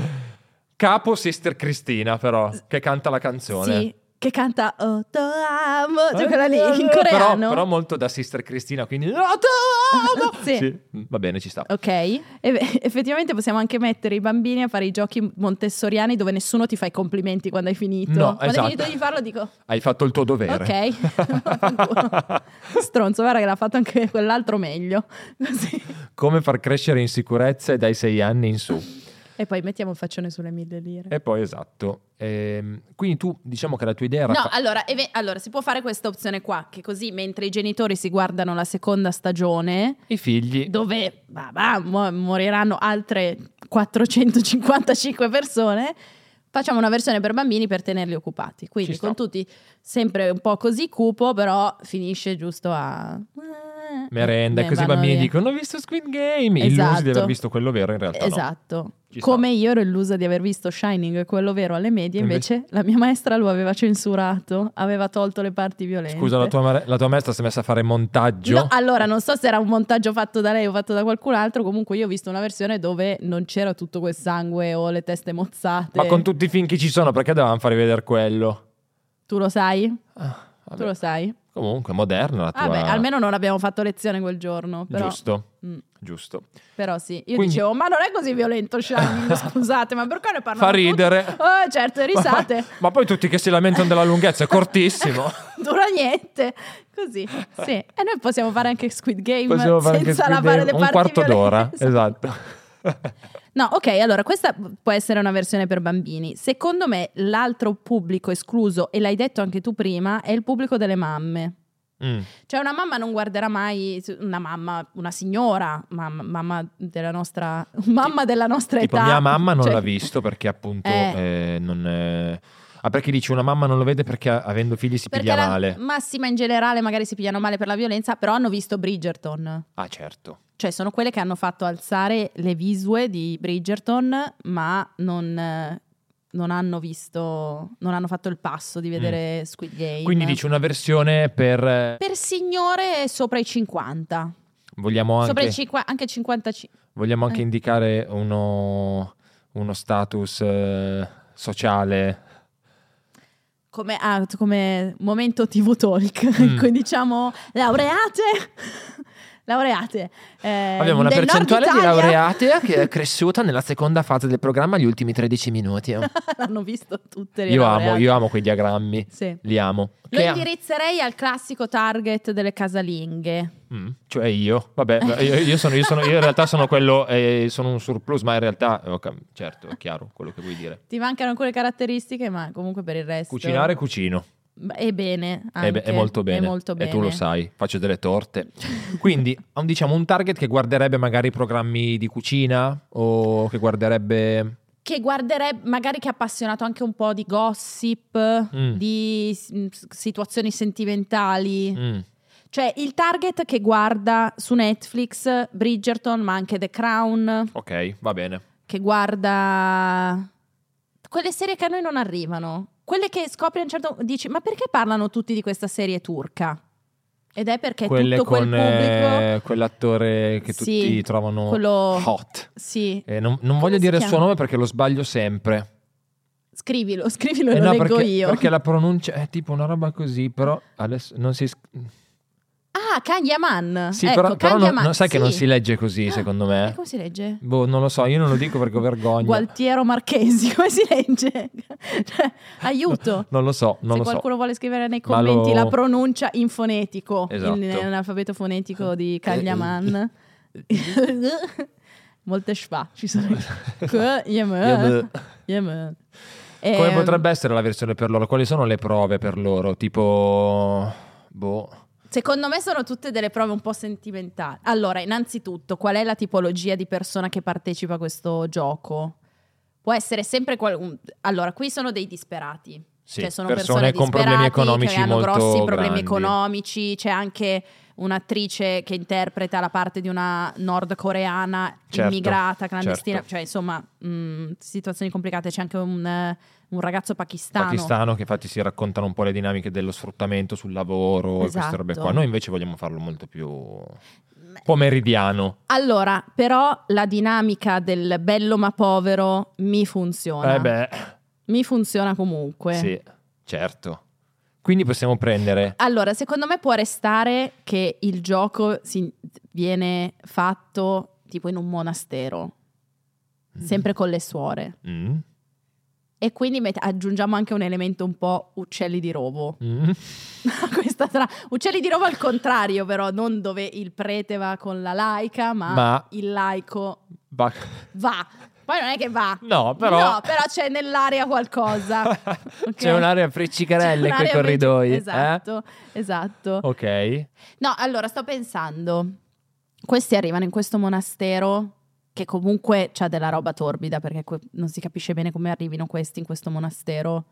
Speaker 2: Capo Sister Cristina, però, che canta la canzone. Eh,
Speaker 1: Sì, che canta Oh, to amo, cioè quella lì, in
Speaker 2: Però,
Speaker 1: coreano.
Speaker 2: però molto da Sister Cristina, quindi... "No, te amo!"
Speaker 1: Sì.
Speaker 2: Mm, Va bene, ci sta.
Speaker 1: Ok, E- effettivamente possiamo anche mettere i bambini a fare i giochi montessoriani dove nessuno ti fa i complimenti quando hai finito.
Speaker 2: No,
Speaker 1: quando
Speaker 2: esatto.
Speaker 1: hai finito di farlo dico...
Speaker 2: Hai fatto il tuo dovere.
Speaker 1: Ok, stronzo, guarda che l'ha fatto anche quell'altro meglio. Così.
Speaker 2: Come far crescere in sicurezza dai sei anni in su.
Speaker 1: E poi mettiamo il faccione sulle mille lire.
Speaker 2: E poi, esatto. Ehm, quindi tu, diciamo che la tua idea era...
Speaker 1: No,
Speaker 2: fa-
Speaker 1: allora, eve- allora, si può fare questa opzione qua, che così mentre i genitori si guardano la seconda stagione,
Speaker 2: I figli...
Speaker 1: dove bah, bah, mo- moriranno altre 455 persone, facciamo una versione per bambini per tenerli occupati. Quindi
Speaker 2: Ci sta.
Speaker 1: con tutti sempre un po' così cupo, però finisce giusto a...
Speaker 2: merenda,
Speaker 1: Beh,
Speaker 2: così i
Speaker 1: vanno
Speaker 2: bambini
Speaker 1: via.
Speaker 2: dicono ho visto Squid Game, illusi
Speaker 1: Esatto.
Speaker 2: di aver visto quello vero in realtà Certo, no.
Speaker 1: Esatto.
Speaker 2: Ci sta.
Speaker 1: Come io ero illusa di aver visto Shining, quello vero, alle medie, invece, la mia maestra lo aveva censurato, aveva tolto le parti violente.
Speaker 2: Scusa, la tua, mare- la tua maestra si è messa a fare montaggio?
Speaker 1: No, allora, non so se era un montaggio fatto da lei o fatto da qualcun altro. Comunque, io ho visto una versione dove non c'era tutto quel sangue o le teste mozzate.
Speaker 2: Ma con tutti i film che ci sono, perché dovevamo fare vedere quello?
Speaker 1: tu lo sai?
Speaker 2: Ah, vabbè.
Speaker 1: Tu lo sai?
Speaker 2: Comunque, moderna la tua.
Speaker 1: Vabbè, almeno non abbiamo fatto lezione quel giorno. Però,
Speaker 2: Giusto,
Speaker 1: Mm,
Speaker 2: giusto.
Speaker 1: però sì, io
Speaker 2: Quindi-
Speaker 1: dicevo, ma non è così violento Shining, scusate, ma perché ne parlano
Speaker 2: Fa
Speaker 1: tutti?"
Speaker 2: ridere.
Speaker 1: Oh, certo, risate.
Speaker 2: Ma, poi- ma poi tutti che si lamentano della lunghezza, è cortissimo.
Speaker 1: dura niente. Così, sì. E noi possiamo fare anche Squid Game
Speaker 2: Possiamo fare anche
Speaker 1: senza
Speaker 2: Squid
Speaker 1: lavare
Speaker 2: Game,
Speaker 1: le
Speaker 2: un
Speaker 1: parti
Speaker 2: quarto
Speaker 1: violente.
Speaker 2: d'ora, esatto.
Speaker 1: No, ok, allora questa può essere una versione per bambini. Secondo me l'altro pubblico escluso, e l'hai detto anche tu prima, è il pubblico delle mamme.
Speaker 2: Mm.
Speaker 1: Cioè una mamma non guarderà mai una mamma, una signora, mamma, mamma della nostra, mamma della nostra
Speaker 2: Tipo,
Speaker 1: età.
Speaker 2: mia mamma non
Speaker 1: Cioè-
Speaker 2: l'ha visto perché appunto
Speaker 1: Eh.
Speaker 2: eh, non... eh, Ah, perché dici una mamma non lo vede perché avendo figli si
Speaker 1: Perché
Speaker 2: piglia
Speaker 1: la
Speaker 2: male.
Speaker 1: massima in generale magari si pigliano male per la violenza, però hanno visto Bridgerton.
Speaker 2: Ah, certo.
Speaker 1: Cioè, sono quelle che hanno fatto alzare le visue di Bridgerton, ma non, eh, non hanno visto, non hanno fatto il passo di vedere Squid Game.
Speaker 2: Mm. Quindi dici una versione per... eh,
Speaker 1: Per signore sopra i 50.
Speaker 2: Vogliamo
Speaker 1: Sopra i
Speaker 2: anche,
Speaker 1: cinqua- anche 55.
Speaker 2: vogliamo anche
Speaker 1: eh.
Speaker 2: indicare uno, uno status eh, sociale.
Speaker 1: Come, ah, come momento TV talk.
Speaker 2: Mm.
Speaker 1: Quindi diciamo laureate. laureate. eh,
Speaker 2: Abbiamo una
Speaker 1: del nord
Speaker 2: percentuale di
Speaker 1: Italia.
Speaker 2: laureate che è cresciuta nella seconda fase del programma gli ultimi 13 minuti. eh.
Speaker 1: L'hanno visto tutte le
Speaker 2: Io
Speaker 1: laureate.
Speaker 2: amo, io amo quei diagrammi,
Speaker 1: Sì.
Speaker 2: li amo.
Speaker 1: Lo
Speaker 2: Che-
Speaker 1: indirizzerei al classico target delle casalinghe.
Speaker 2: Mm, cioè io, vabbè, io, io sono, io, sono- io in realtà sono quello, eh, sono un surplus, ma in realtà, eh, ho cap- certo, è chiaro quello che vuoi dire.
Speaker 1: Ti mancano alcune caratteristiche, ma comunque per il resto.
Speaker 2: Cucinare, cucino,
Speaker 1: Beh, E bene.
Speaker 2: e
Speaker 1: anche.
Speaker 2: beh, è molto bene,
Speaker 1: È molto bene.
Speaker 2: e tu lo sai, faccio delle torte. Quindi, ha un- diciamo, un target che guarderebbe magari programmi di cucina o che guarderebbe...
Speaker 1: Che guarderebbe, magari che è appassionato anche un po' di gossip,
Speaker 2: Mm.
Speaker 1: di s- situazioni sentimentali.
Speaker 2: Mm.
Speaker 1: Cioè il target che guarda su Netflix Bridgerton, ma anche The Crown,
Speaker 2: Ok, va bene.
Speaker 1: che guarda quelle serie che a noi non arrivano. Quelle che scopri a un certo dici, ma perché parlano tutti di questa serie turca? Ed è perché
Speaker 2: Quelle
Speaker 1: tutto quel
Speaker 2: con
Speaker 1: pubblico...
Speaker 2: eh, quell'attore che
Speaker 1: Sì,
Speaker 2: tutti trovano
Speaker 1: quello-
Speaker 2: hot.
Speaker 1: Sì,
Speaker 2: Eh, non non
Speaker 1: Come
Speaker 2: voglio
Speaker 1: si
Speaker 2: dire il
Speaker 1: chiama?
Speaker 2: suo nome perché lo sbaglio sempre.
Speaker 1: scrivilo, scrivilo e
Speaker 2: Eh
Speaker 1: lo
Speaker 2: no,
Speaker 1: leggo
Speaker 2: perché,
Speaker 1: io.
Speaker 2: perché la pronuncia è tipo una roba così, però adesso non si.
Speaker 1: Ah, Kanyaman.
Speaker 2: Sì,
Speaker 1: ecco,
Speaker 2: però, però non,
Speaker 1: Kanyaman,
Speaker 2: non- sai che
Speaker 1: sì.
Speaker 2: non si legge così,
Speaker 1: Ah,
Speaker 2: secondo
Speaker 1: E
Speaker 2: me.
Speaker 1: come si legge?
Speaker 2: Boh, non lo so, io non lo dico perché ho vergogna.
Speaker 1: Gualtiero Marchesi, come si legge? Cioè, aiuto.
Speaker 2: Non lo so, non
Speaker 1: Se
Speaker 2: lo so.
Speaker 1: qualcuno vuole scrivere nei
Speaker 2: Ma lo-
Speaker 1: commenti la pronuncia in fonetico,
Speaker 2: Esatto. Eh,
Speaker 1: in- nell'alfabeto fonetico di Kanyaman. Molte schwa ci sono. Kanyaman. Kanyaman.
Speaker 2: Come
Speaker 1: Ehm,
Speaker 2: potrebbe essere la versione per loro? Quali sono le prove per loro? Tipo. Boh.
Speaker 1: Secondo me sono tutte delle prove un po' sentimentali. Allora, innanzitutto, qual è la tipologia di persona che partecipa a questo gioco? Può essere sempre qualcuno. Allora, qui sono dei disperati.
Speaker 2: Sì,
Speaker 1: Cioè, sono
Speaker 2: persone, con problemi
Speaker 1: disperati
Speaker 2: economici
Speaker 1: che hanno
Speaker 2: molto
Speaker 1: grossi problemi
Speaker 2: grandi.
Speaker 1: economici. C'è anche un'attrice che interpreta la parte di una nordcoreana
Speaker 2: Certo,
Speaker 1: immigrata clandestina.
Speaker 2: certo.
Speaker 1: Cioè, insomma, mh, situazioni complicate. C'è anche un, eh, un ragazzo
Speaker 2: Pakistano, che infatti si raccontano un po' le dinamiche dello sfruttamento sul lavoro e queste
Speaker 1: Esatto. Mm,
Speaker 2: robe qua. Noi invece vogliamo farlo molto più. un po' meridiano.
Speaker 1: Allora, però la dinamica del bello ma povero mi funziona.
Speaker 2: Eh beh,
Speaker 1: Mi funziona comunque.
Speaker 2: sì, certo. Quindi possiamo prendere.
Speaker 1: Allora, secondo me può restare che il gioco si- viene fatto tipo in un monastero, sempre con le suore.
Speaker 2: Mm.
Speaker 1: E quindi met- aggiungiamo anche un elemento un po' uccelli di rovo.
Speaker 2: Mm.
Speaker 1: a Questa tra- uccelli di rovo al contrario, però, non dove il prete va con la laica, ma,
Speaker 2: Ma-
Speaker 1: il laico
Speaker 2: Ba-
Speaker 1: va. Poi non è che va.
Speaker 2: No, però.
Speaker 1: No, però c'è nell'aria qualcosa. ok?
Speaker 2: C'è un'area
Speaker 1: C'è
Speaker 2: friccicarella in quei
Speaker 1: un'area per-
Speaker 2: corridoi. eh? Oh.
Speaker 1: Esatto, esatto.
Speaker 2: Ok.
Speaker 1: No, allora sto pensando, questi arrivano in questo monastero che comunque c'ha della roba torbida perché que- non si capisce bene come arrivino questi in questo monastero.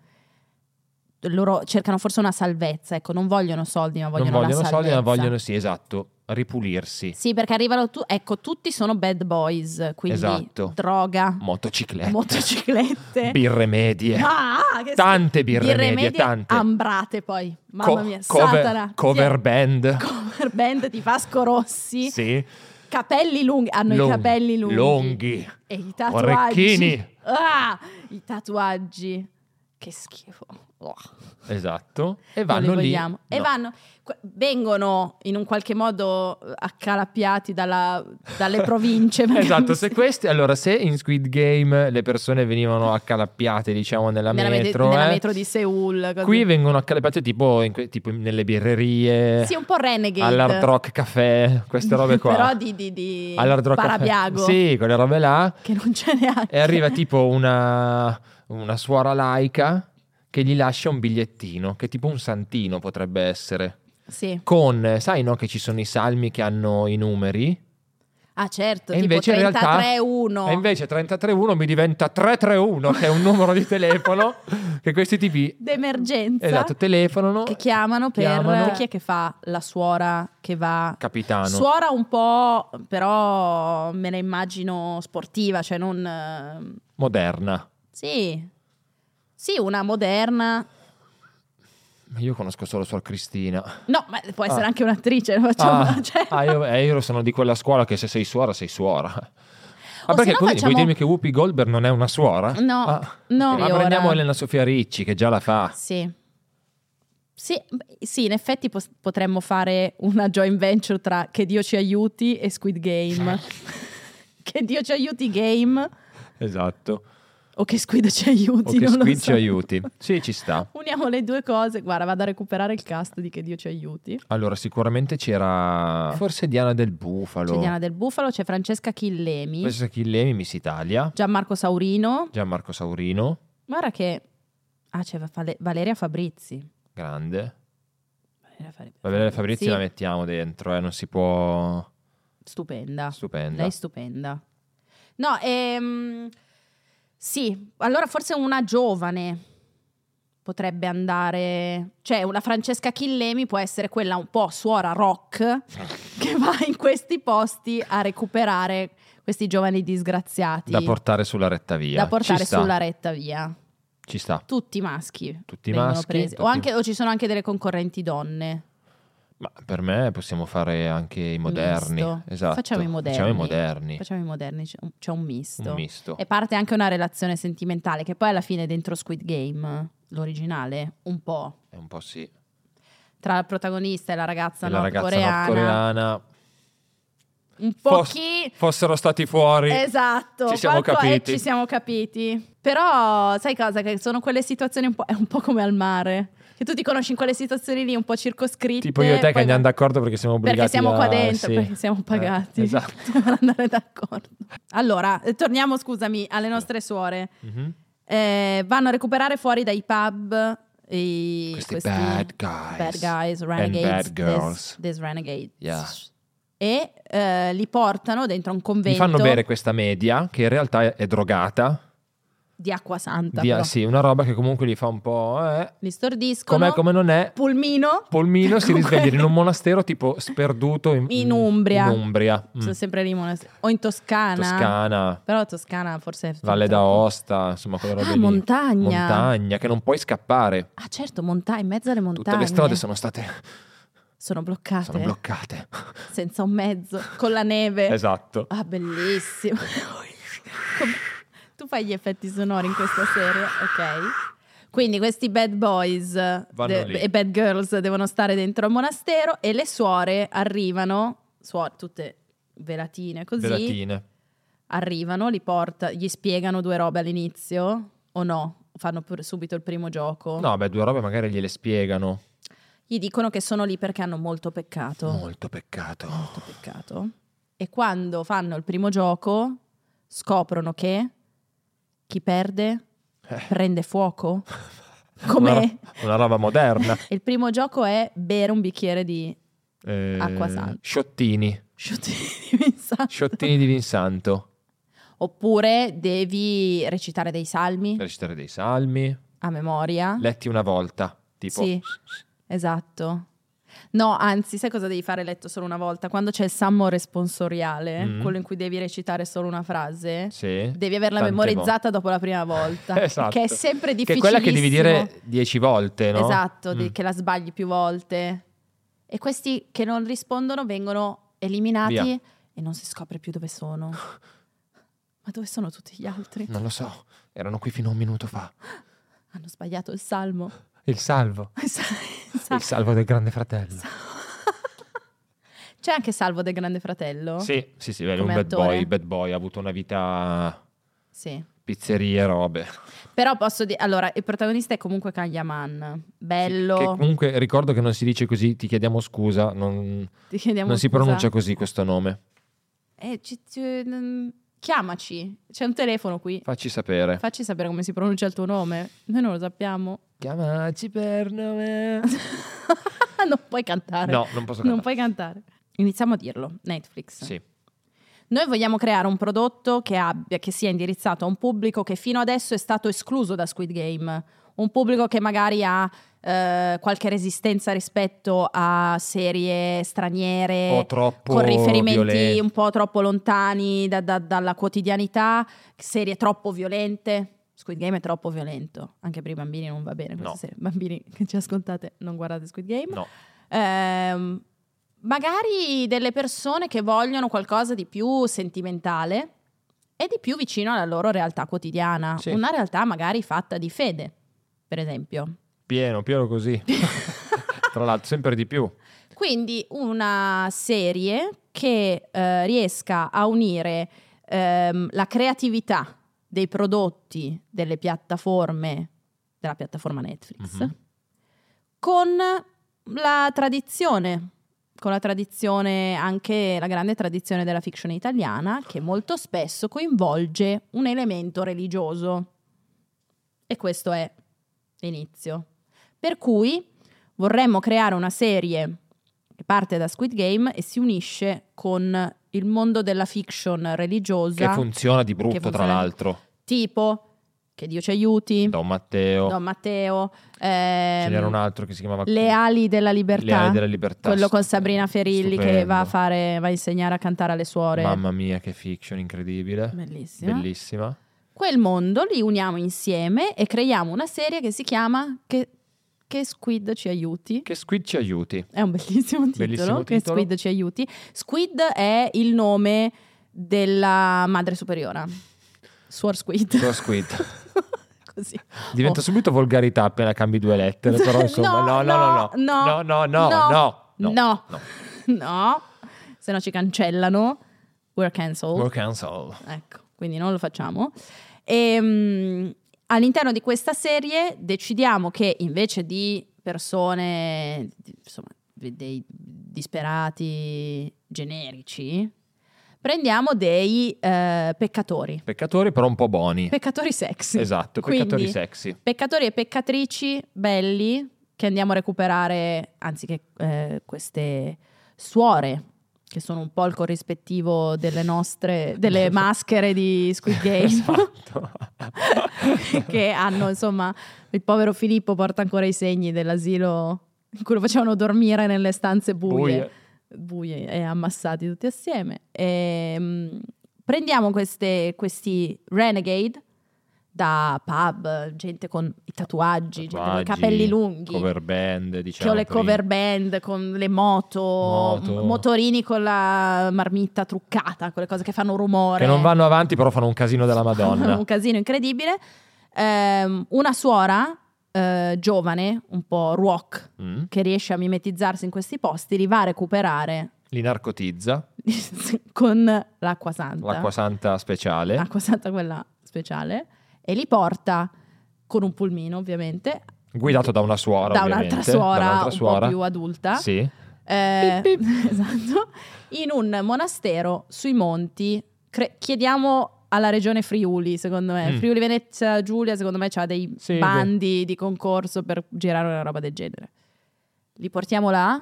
Speaker 1: loro cercano forse una salvezza, ecco, non vogliono soldi, ma vogliono,
Speaker 2: non vogliono
Speaker 1: la
Speaker 2: soldi,
Speaker 1: salvezza.
Speaker 2: ma vogliono, sì, esatto, ripulirsi.
Speaker 1: Sì, perché arrivano tu, ecco, tutti sono bad boys, quindi
Speaker 2: Esatto. Eh.
Speaker 1: droga,
Speaker 2: Motociclette,
Speaker 1: motociclette.
Speaker 2: birre medie,
Speaker 1: Ah, che
Speaker 2: Eh, tante birre,
Speaker 1: Birre
Speaker 2: medie, tante.
Speaker 1: ambrate poi. Mamma
Speaker 2: Co-
Speaker 1: mia,
Speaker 2: cover,
Speaker 1: Satana.
Speaker 2: cover
Speaker 1: Sì,
Speaker 2: band.
Speaker 1: cover band di Vasco Rossi.
Speaker 2: Sì.
Speaker 1: Capelli lunghi, hanno
Speaker 2: Lunghi,
Speaker 1: i capelli lunghi.
Speaker 2: lunghi.
Speaker 1: E i tatuaggi.
Speaker 2: Orecchini.
Speaker 1: Ah, i tatuaggi. Che schifo. Oh,
Speaker 2: Esatto.
Speaker 1: non
Speaker 2: E
Speaker 1: li
Speaker 2: vanno lì.
Speaker 1: vogliamo. E
Speaker 2: no.
Speaker 1: vanno, que- vengono in un qualche modo accalappiati dalla- dalle province. magari.
Speaker 2: esatto, se questi, allora se in Squid Game le persone venivano accalappiate, diciamo, nella,
Speaker 1: nella, met-
Speaker 2: metro,
Speaker 1: nella
Speaker 2: eh,
Speaker 1: metro di Seoul. così.
Speaker 2: qui vengono accalappiate tipo, in que- tipo nelle birrerie,
Speaker 1: Sì, un po' renegade.
Speaker 2: all'Hard Rock Café, queste robe qua.
Speaker 1: Però di, di, di
Speaker 2: All'Hard Rock Café.
Speaker 1: Parabiago.
Speaker 2: Sì, quelle robe là.
Speaker 1: Che non c'è neanche.
Speaker 2: E arriva tipo una, una suora laica che gli lascia un bigliettino, che è tipo un santino potrebbe essere.
Speaker 1: Sì.
Speaker 2: Con, sai no, che ci sono i salmi che hanno i numeri?
Speaker 1: Ah, certo.
Speaker 2: E
Speaker 1: tipo
Speaker 2: invece in realtà-
Speaker 1: 33-1.
Speaker 2: E invece 331 mi diventa 331, che è un numero di telefono che questi tipi
Speaker 1: D'emergenza.
Speaker 2: esatto, telefonano.
Speaker 1: Che chiamano per.
Speaker 2: Chiamano. Ah,
Speaker 1: Chi è che fa la suora che va.
Speaker 2: Capitano.
Speaker 1: Suora un po', però me la immagino sportiva, cioè non. eh,
Speaker 2: Moderna.
Speaker 1: Sì. Sì, una moderna.
Speaker 2: Io conosco solo Suor Cristina.
Speaker 1: No, ma può essere
Speaker 2: Ah.
Speaker 1: anche un'attrice. lo facciamo-
Speaker 2: ah,
Speaker 1: cioè-
Speaker 2: ah, io, eh, io sono di quella scuola che se sei suora, sei suora.
Speaker 1: O
Speaker 2: Ah,
Speaker 1: se
Speaker 2: perché
Speaker 1: no
Speaker 2: così
Speaker 1: facciamo-
Speaker 2: vuoi dirmi che Whoopi Goldberg non è una suora?
Speaker 1: No,
Speaker 2: Ah,
Speaker 1: no.
Speaker 2: Ma
Speaker 1: Ora-
Speaker 2: prendiamo Elena Sofia Ricci, che già la fa.
Speaker 1: Sì. Sì, beh, sì, in effetti pos- potremmo fare una joint venture tra Che Dio ci aiuti e Squid Game. che Dio ci aiuti Game
Speaker 2: Esatto.
Speaker 1: o che Squid ci aiuti.
Speaker 2: o che
Speaker 1: non lo
Speaker 2: Squid
Speaker 1: so.
Speaker 2: ci aiuti. Sì, ci sta.
Speaker 1: Uniamo le due cose. Guarda, vado a recuperare il cast di Che Dio ci aiuti.
Speaker 2: Allora, sicuramente c'era forse Diana del Bufalo.
Speaker 1: C'è Diana del Bufalo, c'è Francesca Chillemi,
Speaker 2: Questa chi Lemi, Miss Italia.
Speaker 1: Gianmarco Saurino.
Speaker 2: Gianmarco Saurino,
Speaker 1: Guarda che... Ah, c'è Vale- Valeria Fabrizi.
Speaker 2: grande.
Speaker 1: Valeria Fa-
Speaker 2: Vabbè, Fabrizio
Speaker 1: Sì,
Speaker 2: la mettiamo dentro, eh, non si può...
Speaker 1: Stupenda.
Speaker 2: Stupenda.
Speaker 1: Lei è stupenda. No, ehm, sì, allora forse una giovane potrebbe andare, cioè una Francesca Chillemi può essere quella un po' suora rock che va in questi posti a recuperare questi giovani disgraziati
Speaker 2: Da portare sulla retta via.
Speaker 1: da portare
Speaker 2: ci sta,
Speaker 1: sulla retta via.
Speaker 2: Ci sta.
Speaker 1: Tutti maschi.
Speaker 2: Tutti
Speaker 1: vengono
Speaker 2: maschi,
Speaker 1: presi. O,
Speaker 2: tutti-
Speaker 1: anche, o ci sono anche delle concorrenti donne.
Speaker 2: Ma per me possiamo fare anche i moderni.
Speaker 1: Misto.
Speaker 2: Esatto.
Speaker 1: Facciamo i moderni.
Speaker 2: Facciamo i moderni.
Speaker 1: Facciamo i moderni, c'è un, c'è un misto.
Speaker 2: Un misto.
Speaker 1: E parte anche una relazione sentimentale che poi alla fine dentro Squid Game, l'originale, un po'
Speaker 2: È un po' sì. E
Speaker 1: tra il protagonista e la ragazza
Speaker 2: la ragazza
Speaker 1: nordcoreana,
Speaker 2: nordcoreana.
Speaker 1: un po'
Speaker 2: Fos-
Speaker 1: chi
Speaker 2: fossero stati fuori.
Speaker 1: Esatto,
Speaker 2: Ci siamo
Speaker 1: qualco- eh,
Speaker 2: capiti.
Speaker 1: ci siamo capiti. Però sai cosa? Che sono quelle situazioni un po', è un po' come al mare. Che tu ti conosci in quelle situazioni lì un po' circoscritte.
Speaker 2: Tipo io e te che
Speaker 1: poi-
Speaker 2: andiamo d'accordo perché siamo obbligati
Speaker 1: Perché siamo
Speaker 2: da-
Speaker 1: qua dentro,
Speaker 2: sì.
Speaker 1: perché siamo pagati.
Speaker 2: Eh, esatto.
Speaker 1: per andare d'accordo. Allora, eh, torniamo, scusami, alle nostre suore.
Speaker 2: Mhm.
Speaker 1: Eh, vanno a recuperare fuori dai pub i,
Speaker 2: Questi bad guys.
Speaker 1: bad guys, renegades,
Speaker 2: bad girls.
Speaker 1: These, these renegades.
Speaker 2: Yeah.
Speaker 1: E eh, li portano dentro un
Speaker 2: Mi
Speaker 1: convento
Speaker 2: fanno bere questa media che in realtà è- è drogata.
Speaker 1: di acqua santa.
Speaker 2: Via-
Speaker 1: però.
Speaker 2: sì, una roba che comunque gli fa un po'. Eh,
Speaker 1: Li stordiscono.
Speaker 2: com'è come non è?
Speaker 1: Pulmino.
Speaker 2: Polmino si
Speaker 1: Comunque-
Speaker 2: risveglia in un monastero tipo sperduto in,
Speaker 1: In Umbria.
Speaker 2: in Umbria, mm,
Speaker 1: Sono sempre lì, in monastero. o in Toscana.
Speaker 2: Toscana,
Speaker 1: Però Toscana forse... è-
Speaker 2: Valle d'Aosta, insomma, quelle robe
Speaker 1: certo. Ah,
Speaker 2: lì.
Speaker 1: montagna.
Speaker 2: Montagna, che non puoi scappare.
Speaker 1: Ah certo, monta- in mezzo alle montagne.
Speaker 2: Tutte le strade sono state
Speaker 1: Sono bloccate.
Speaker 2: sono bloccate.
Speaker 1: Senza un mezzo, con la neve.
Speaker 2: esatto.
Speaker 1: Ah, bellissimo. Come- tu fai gli effetti sonori in questa serie, ok? Quindi questi bad boys
Speaker 2: Vanno
Speaker 1: de-
Speaker 2: lì.
Speaker 1: e bad girls devono stare dentro al monastero e le suore arrivano, suore tutte velatine così,
Speaker 2: Velatine.
Speaker 1: arrivano, li porta, gli spiegano due robe all'inizio o no? Fanno pur- subito il primo gioco.
Speaker 2: No, beh, due robe magari gliele spiegano.
Speaker 1: Gli dicono che sono lì perché hanno molto peccato.
Speaker 2: Molto peccato.
Speaker 1: Molto peccato. E quando fanno il primo gioco, scoprono che chi perde
Speaker 2: Eh.
Speaker 1: prende fuoco.
Speaker 2: Una,
Speaker 1: Com'è?
Speaker 2: ro- una roba moderna.
Speaker 1: E il primo gioco è bere un bicchiere di
Speaker 2: Eh,
Speaker 1: Acqua santa.
Speaker 2: Sciottini.
Speaker 1: sciottini di Vinsanto.
Speaker 2: Sciottini di Vinsanto.
Speaker 1: Oppure devi recitare dei salmi.
Speaker 2: Recitare dei salmi.
Speaker 1: a memoria.
Speaker 2: Letti una volta, tipo.
Speaker 1: Ah. Sì, esatto. No, anzi, sai cosa devi fare letto solo una volta? Quando c'è il summore sponsoriale,
Speaker 2: Mm.
Speaker 1: quello in cui devi recitare solo una frase,
Speaker 2: Sì.
Speaker 1: devi averla
Speaker 2: Tante
Speaker 1: memorizzata dopo la prima volta.
Speaker 2: Esatto.
Speaker 1: Che è sempre
Speaker 2: Che è
Speaker 1: difficile.
Speaker 2: quella che devi dire dieci volte, no?
Speaker 1: Esatto, di-
Speaker 2: Mm.
Speaker 1: che la sbagli più volte. E questi che non rispondono vengono eliminati
Speaker 2: Via.
Speaker 1: e non si scopre più dove sono. Ma dove sono tutti gli altri?
Speaker 2: Non lo so, erano qui fino a un minuto fa.
Speaker 1: Hanno sbagliato il salmo.
Speaker 2: Il salvo.
Speaker 1: Il sa- il sa-
Speaker 2: Il salvo del grande fratello.
Speaker 1: sa- C'è anche Salvo del Grande Fratello?
Speaker 2: Sì, sì, sì, è
Speaker 1: Come
Speaker 2: un bad
Speaker 1: attore.
Speaker 2: boy, bad boy, ha avuto una vita
Speaker 1: Sì.
Speaker 2: pizzerie, robe.
Speaker 1: Però posso dire... Allora, il protagonista è comunque Kanyaman. Bello.
Speaker 2: Che comunque ricordo che non si dice così, ti chiediamo scusa, non,
Speaker 1: Ti chiediamo
Speaker 2: non si
Speaker 1: scusa.
Speaker 2: pronuncia così questo nome.
Speaker 1: Eh, ci- ci- mm, chiamaci. C'è un telefono qui.
Speaker 2: Facci sapere.
Speaker 1: Facci sapere come si pronuncia il tuo nome. Noi non lo sappiamo.
Speaker 2: Chiamaci per nome.
Speaker 1: non puoi cantare.
Speaker 2: No, non posso
Speaker 1: Non
Speaker 2: cantare.
Speaker 1: puoi cantare. Iniziamo a dirlo, Netflix.
Speaker 2: Sì.
Speaker 1: Noi vogliamo creare un prodotto che, abbia, che sia indirizzato a un pubblico che fino adesso è stato escluso da Squid Game, un pubblico che magari ha eh, qualche resistenza rispetto a serie straniere
Speaker 2: O troppo
Speaker 1: Eh, con riferimenti
Speaker 2: Oh, violento.
Speaker 1: un po' troppo lontani da- da- dalla quotidianità, serie troppo violente. Squid Game è troppo violento, anche per i bambini non va bene. questa
Speaker 2: No.
Speaker 1: serie. Bambini che ci ascoltate, non guardate Squid Game.
Speaker 2: No.
Speaker 1: Ehm, magari delle persone che vogliono qualcosa di più sentimentale e di più vicino alla loro realtà quotidiana,
Speaker 2: Sì.
Speaker 1: una realtà magari fatta di fede, per esempio.
Speaker 2: Pieno, pieno così. Tra l'altro, sempre di più.
Speaker 1: Quindi una serie che eh, riesca a unire ehm, la creatività dei prodotti delle piattaforme, della piattaforma Netflix,
Speaker 2: Mhm.
Speaker 1: con la tradizione, con la tradizione, anche la grande tradizione della fiction italiana, che molto spesso coinvolge un elemento religioso. E questo è l'inizio. Per cui vorremmo creare una serie che parte da Squid Game e si unisce con il mondo della fiction religiosa,
Speaker 2: Che funziona di brutto, tra
Speaker 1: funziona di-
Speaker 2: l'altro.
Speaker 1: tipo Che Dio ci aiuti,
Speaker 2: Don Matteo.
Speaker 1: Don Matteo,
Speaker 2: Ce
Speaker 1: ehm,
Speaker 2: n'era un altro che si chiamava
Speaker 1: Le ali della libertà,
Speaker 2: Le ali della libertà.
Speaker 1: quello con Sabrina Ferilli che
Speaker 2: Stupendo.
Speaker 1: va a, fare, va a insegnare a cantare alle suore.
Speaker 2: Mamma mia, che fiction incredibile.
Speaker 1: Bellissima.
Speaker 2: Bellissima.
Speaker 1: Quel mondo li uniamo insieme e creiamo una serie che si chiama Che, che Squid ci aiuti.
Speaker 2: Che Squid ci aiuti.
Speaker 1: È un bellissimo titolo,
Speaker 2: Bellissimo
Speaker 1: che
Speaker 2: titolo.
Speaker 1: Squid ci aiuti. Squid è il nome della madre superiora. Suor Squid.
Speaker 2: Suor Squid.
Speaker 1: Così.
Speaker 2: Diventa
Speaker 1: Oh.
Speaker 2: subito volgarità appena cambi due lettere, però insomma, no, no, no,
Speaker 1: no,
Speaker 2: no, no, no,
Speaker 1: no,
Speaker 2: no, no,
Speaker 1: no. No, se no ci cancellano. We're cancelled.
Speaker 2: More cancel.
Speaker 1: Ecco, quindi non lo facciamo. Ehm, all'interno di questa serie decidiamo che invece di persone, di- insomma, de- dei disperati generici, prendiamo dei eh, peccatori,
Speaker 2: Peccatori però un po' buoni.
Speaker 1: peccatori sexy.
Speaker 2: esatto,
Speaker 1: Quindi-
Speaker 2: peccatori sexy.
Speaker 1: Peccatori e peccatrici belli che andiamo a recuperare, anziché eh, queste suore, che sono un po' il corrispettivo delle nostre, delle maschere di Squid Game,
Speaker 2: esatto.
Speaker 1: che hanno insomma, il povero Filippo porta ancora i segni dell'asilo in cui lo facevano dormire nelle stanze buie,
Speaker 2: Buie.
Speaker 1: buie e ammassati tutti assieme. E, mm, prendiamo queste- questi renegade da pub, gente con i tatuaggi, gente con i
Speaker 2: Tatuaggi,
Speaker 1: capelli lunghi.
Speaker 2: Cover band,
Speaker 1: Che ho
Speaker 2: diciamo.
Speaker 1: le
Speaker 2: prima.
Speaker 1: cover band con le moto,
Speaker 2: Moto.
Speaker 1: m- motorini con la marmitta truccata, quelle cose che fanno rumore.
Speaker 2: Che non vanno avanti, però fanno un casino della
Speaker 1: un
Speaker 2: Madonna.
Speaker 1: casino incredibile. Ehm, una suora eh, giovane, un po' rock,
Speaker 2: Mm.
Speaker 1: che riesce a mimetizzarsi in questi posti, li va a recuperare
Speaker 2: Li narcotizza,
Speaker 1: con l'acqua santa.
Speaker 2: l'acqua santa speciale.
Speaker 1: Acqua santa quella speciale. E li porta con un pulmino, ovviamente,
Speaker 2: Guidato da una suora,
Speaker 1: da
Speaker 2: ovviamente,
Speaker 1: un'altra suora
Speaker 2: dall'altra
Speaker 1: un
Speaker 2: suora.
Speaker 1: po' più adulta.
Speaker 2: Sì,
Speaker 1: Eh,
Speaker 2: Pip, pip.
Speaker 1: esatto, in un monastero sui monti. Cre- chiediamo alla regione Friuli, secondo me.
Speaker 2: Mm.
Speaker 1: Friuli Venezia Giulia, secondo me, ha dei
Speaker 2: Sì,
Speaker 1: bandi di concorso per girare una roba del genere. Li portiamo là?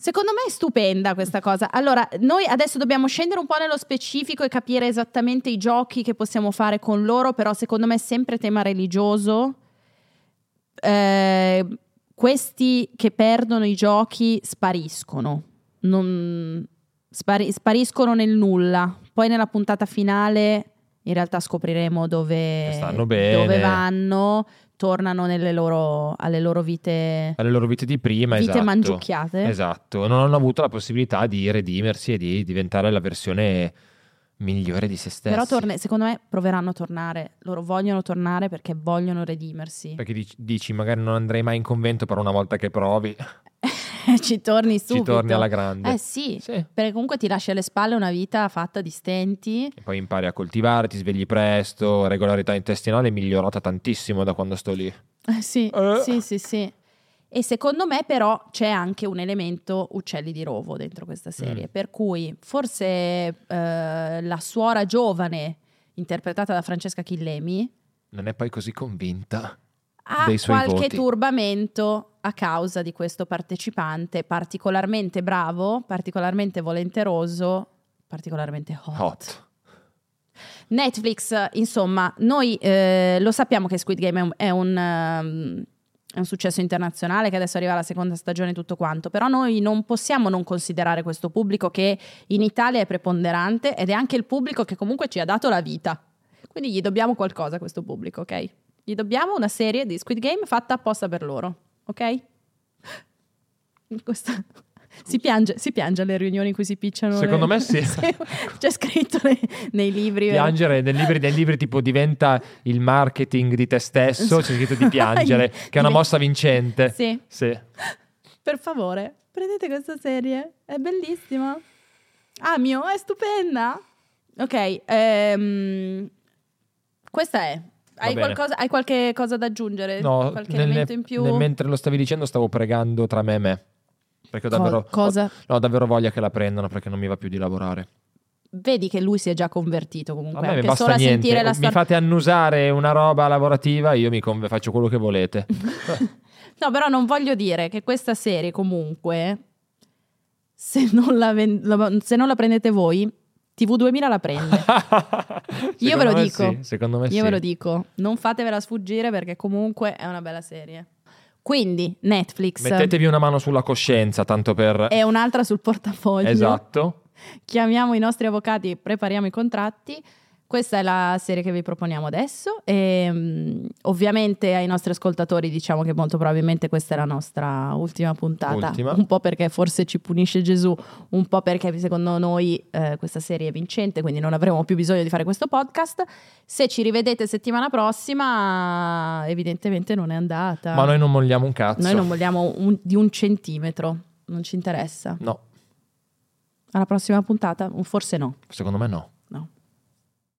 Speaker 1: Secondo me è stupenda questa cosa. Allora, noi adesso dobbiamo scendere un po' nello specifico e capire esattamente i giochi che possiamo fare con loro, però secondo me è sempre tema religioso. eh, questi che perdono i giochi spariscono, Non- spari- spariscono nel nulla. Poi nella puntata finale in realtà scopriremo dove,
Speaker 2: Che stanno bene.
Speaker 1: dove vanno, tornano nelle loro- alle loro vite,
Speaker 2: alle loro vite di prima,
Speaker 1: vite
Speaker 2: esatto.
Speaker 1: mangiucchiate.
Speaker 2: Esatto, non hanno avuto la possibilità di redimersi e di diventare la versione migliore di se stessi.
Speaker 1: Però torne- secondo me proveranno a tornare, loro vogliono tornare perché vogliono redimersi.
Speaker 2: Perché dici, dici, magari non andrei mai in convento, però una volta che provi
Speaker 1: Ci torni
Speaker 2: ci
Speaker 1: subito.
Speaker 2: torni alla grande.
Speaker 1: Eh sì,
Speaker 2: Sì.
Speaker 1: perché comunque ti lasci alle spalle una vita fatta di stenti.
Speaker 2: E poi impari a coltivare, ti svegli presto, regolarità intestinale è migliorata tantissimo da quando sto lì.
Speaker 1: Eh sì,
Speaker 2: Eh.
Speaker 1: sì, sì, sì. E secondo me però c'è anche un elemento uccelli di rovo dentro questa serie,
Speaker 2: Mm.
Speaker 1: per cui forse eh, la suora giovane interpretata da Francesca Chillemi
Speaker 2: Non è poi così convinta.
Speaker 1: ha
Speaker 2: Dei suoi
Speaker 1: qualche
Speaker 2: voti.
Speaker 1: turbamento a causa di questo partecipante particolarmente bravo, particolarmente volenteroso, particolarmente hot.
Speaker 2: Hot.
Speaker 1: Netflix, insomma, noi eh, lo sappiamo che Squid Game è un, è un, ehm, è un successo internazionale, che adesso arriva la seconda stagione e tutto quanto, però noi non possiamo non considerare questo pubblico che in Italia è preponderante ed è anche il pubblico che comunque ci ha dato la vita. Quindi gli dobbiamo qualcosa a questo pubblico, ok? Gli dobbiamo una serie di Squid Game fatta apposta per loro, ok? Questa- Si piange, si piange alle riunioni in cui si picciano. le-
Speaker 2: Secondo me sì.
Speaker 1: C'è scritto nei, nei libri. vero?
Speaker 2: Piangere nei libri, nei libri tipo diventa il marketing di te stesso, c'è scritto di piangere, che è una mossa vincente.
Speaker 1: Sì,
Speaker 2: Sì.
Speaker 1: per favore, prendete questa serie, è bellissima. Amio, è stupenda. Ok, ehm, questa è. Hai,
Speaker 2: bene.
Speaker 1: qualcosa, hai qualche cosa da aggiungere?
Speaker 2: No,
Speaker 1: Eh, qualche
Speaker 2: nel-
Speaker 1: elemento in più?
Speaker 2: nel- mentre lo stavi dicendo stavo pregando tra me e me. Perché ho
Speaker 1: Co-
Speaker 2: davvero,
Speaker 1: cosa?
Speaker 2: ho- no, ho davvero voglia che la prendano perché non mi va più di lavorare.
Speaker 1: Vedi che lui si è già convertito
Speaker 2: A
Speaker 1: comunque.
Speaker 2: me mi
Speaker 1: Perché
Speaker 2: basta
Speaker 1: solo a
Speaker 2: niente.
Speaker 1: sentire la
Speaker 2: Mi
Speaker 1: storia.
Speaker 2: fate annusare una roba lavorativa, io mi conve- faccio quello che volete.
Speaker 1: No, però non voglio dire che questa serie comunque, se non la, ven- la- se non la prendete voi, TV2000 la prende. Io ve lo
Speaker 2: Secondo me
Speaker 1: dico.
Speaker 2: sì, secondo me
Speaker 1: Io
Speaker 2: Eh sì.
Speaker 1: ve lo dico, non fatevela sfuggire perché comunque è una bella serie. Quindi Netflix
Speaker 2: Mettetevi una mano sulla coscienza, tanto per...
Speaker 1: e un'altra sul portafoglio.
Speaker 2: Esatto.
Speaker 1: Chiamiamo i nostri avvocati, prepariamo i contratti. Questa è la serie che vi proponiamo adesso e mm, ovviamente ai nostri ascoltatori diciamo che molto probabilmente questa è la nostra ultima puntata,
Speaker 2: Ultima.
Speaker 1: un po' perché forse ci punisce Gesù, un po' perché secondo noi eh, questa serie è vincente, quindi non avremo più bisogno di fare questo podcast. Se ci rivedete settimana prossima evidentemente non è andata.
Speaker 2: Ma noi non molliamo un cazzo.
Speaker 1: Noi non vogliamo un- di un centimetro, non ci interessa.
Speaker 2: No,
Speaker 1: Alla prossima puntata? Forse no.
Speaker 2: secondo me no.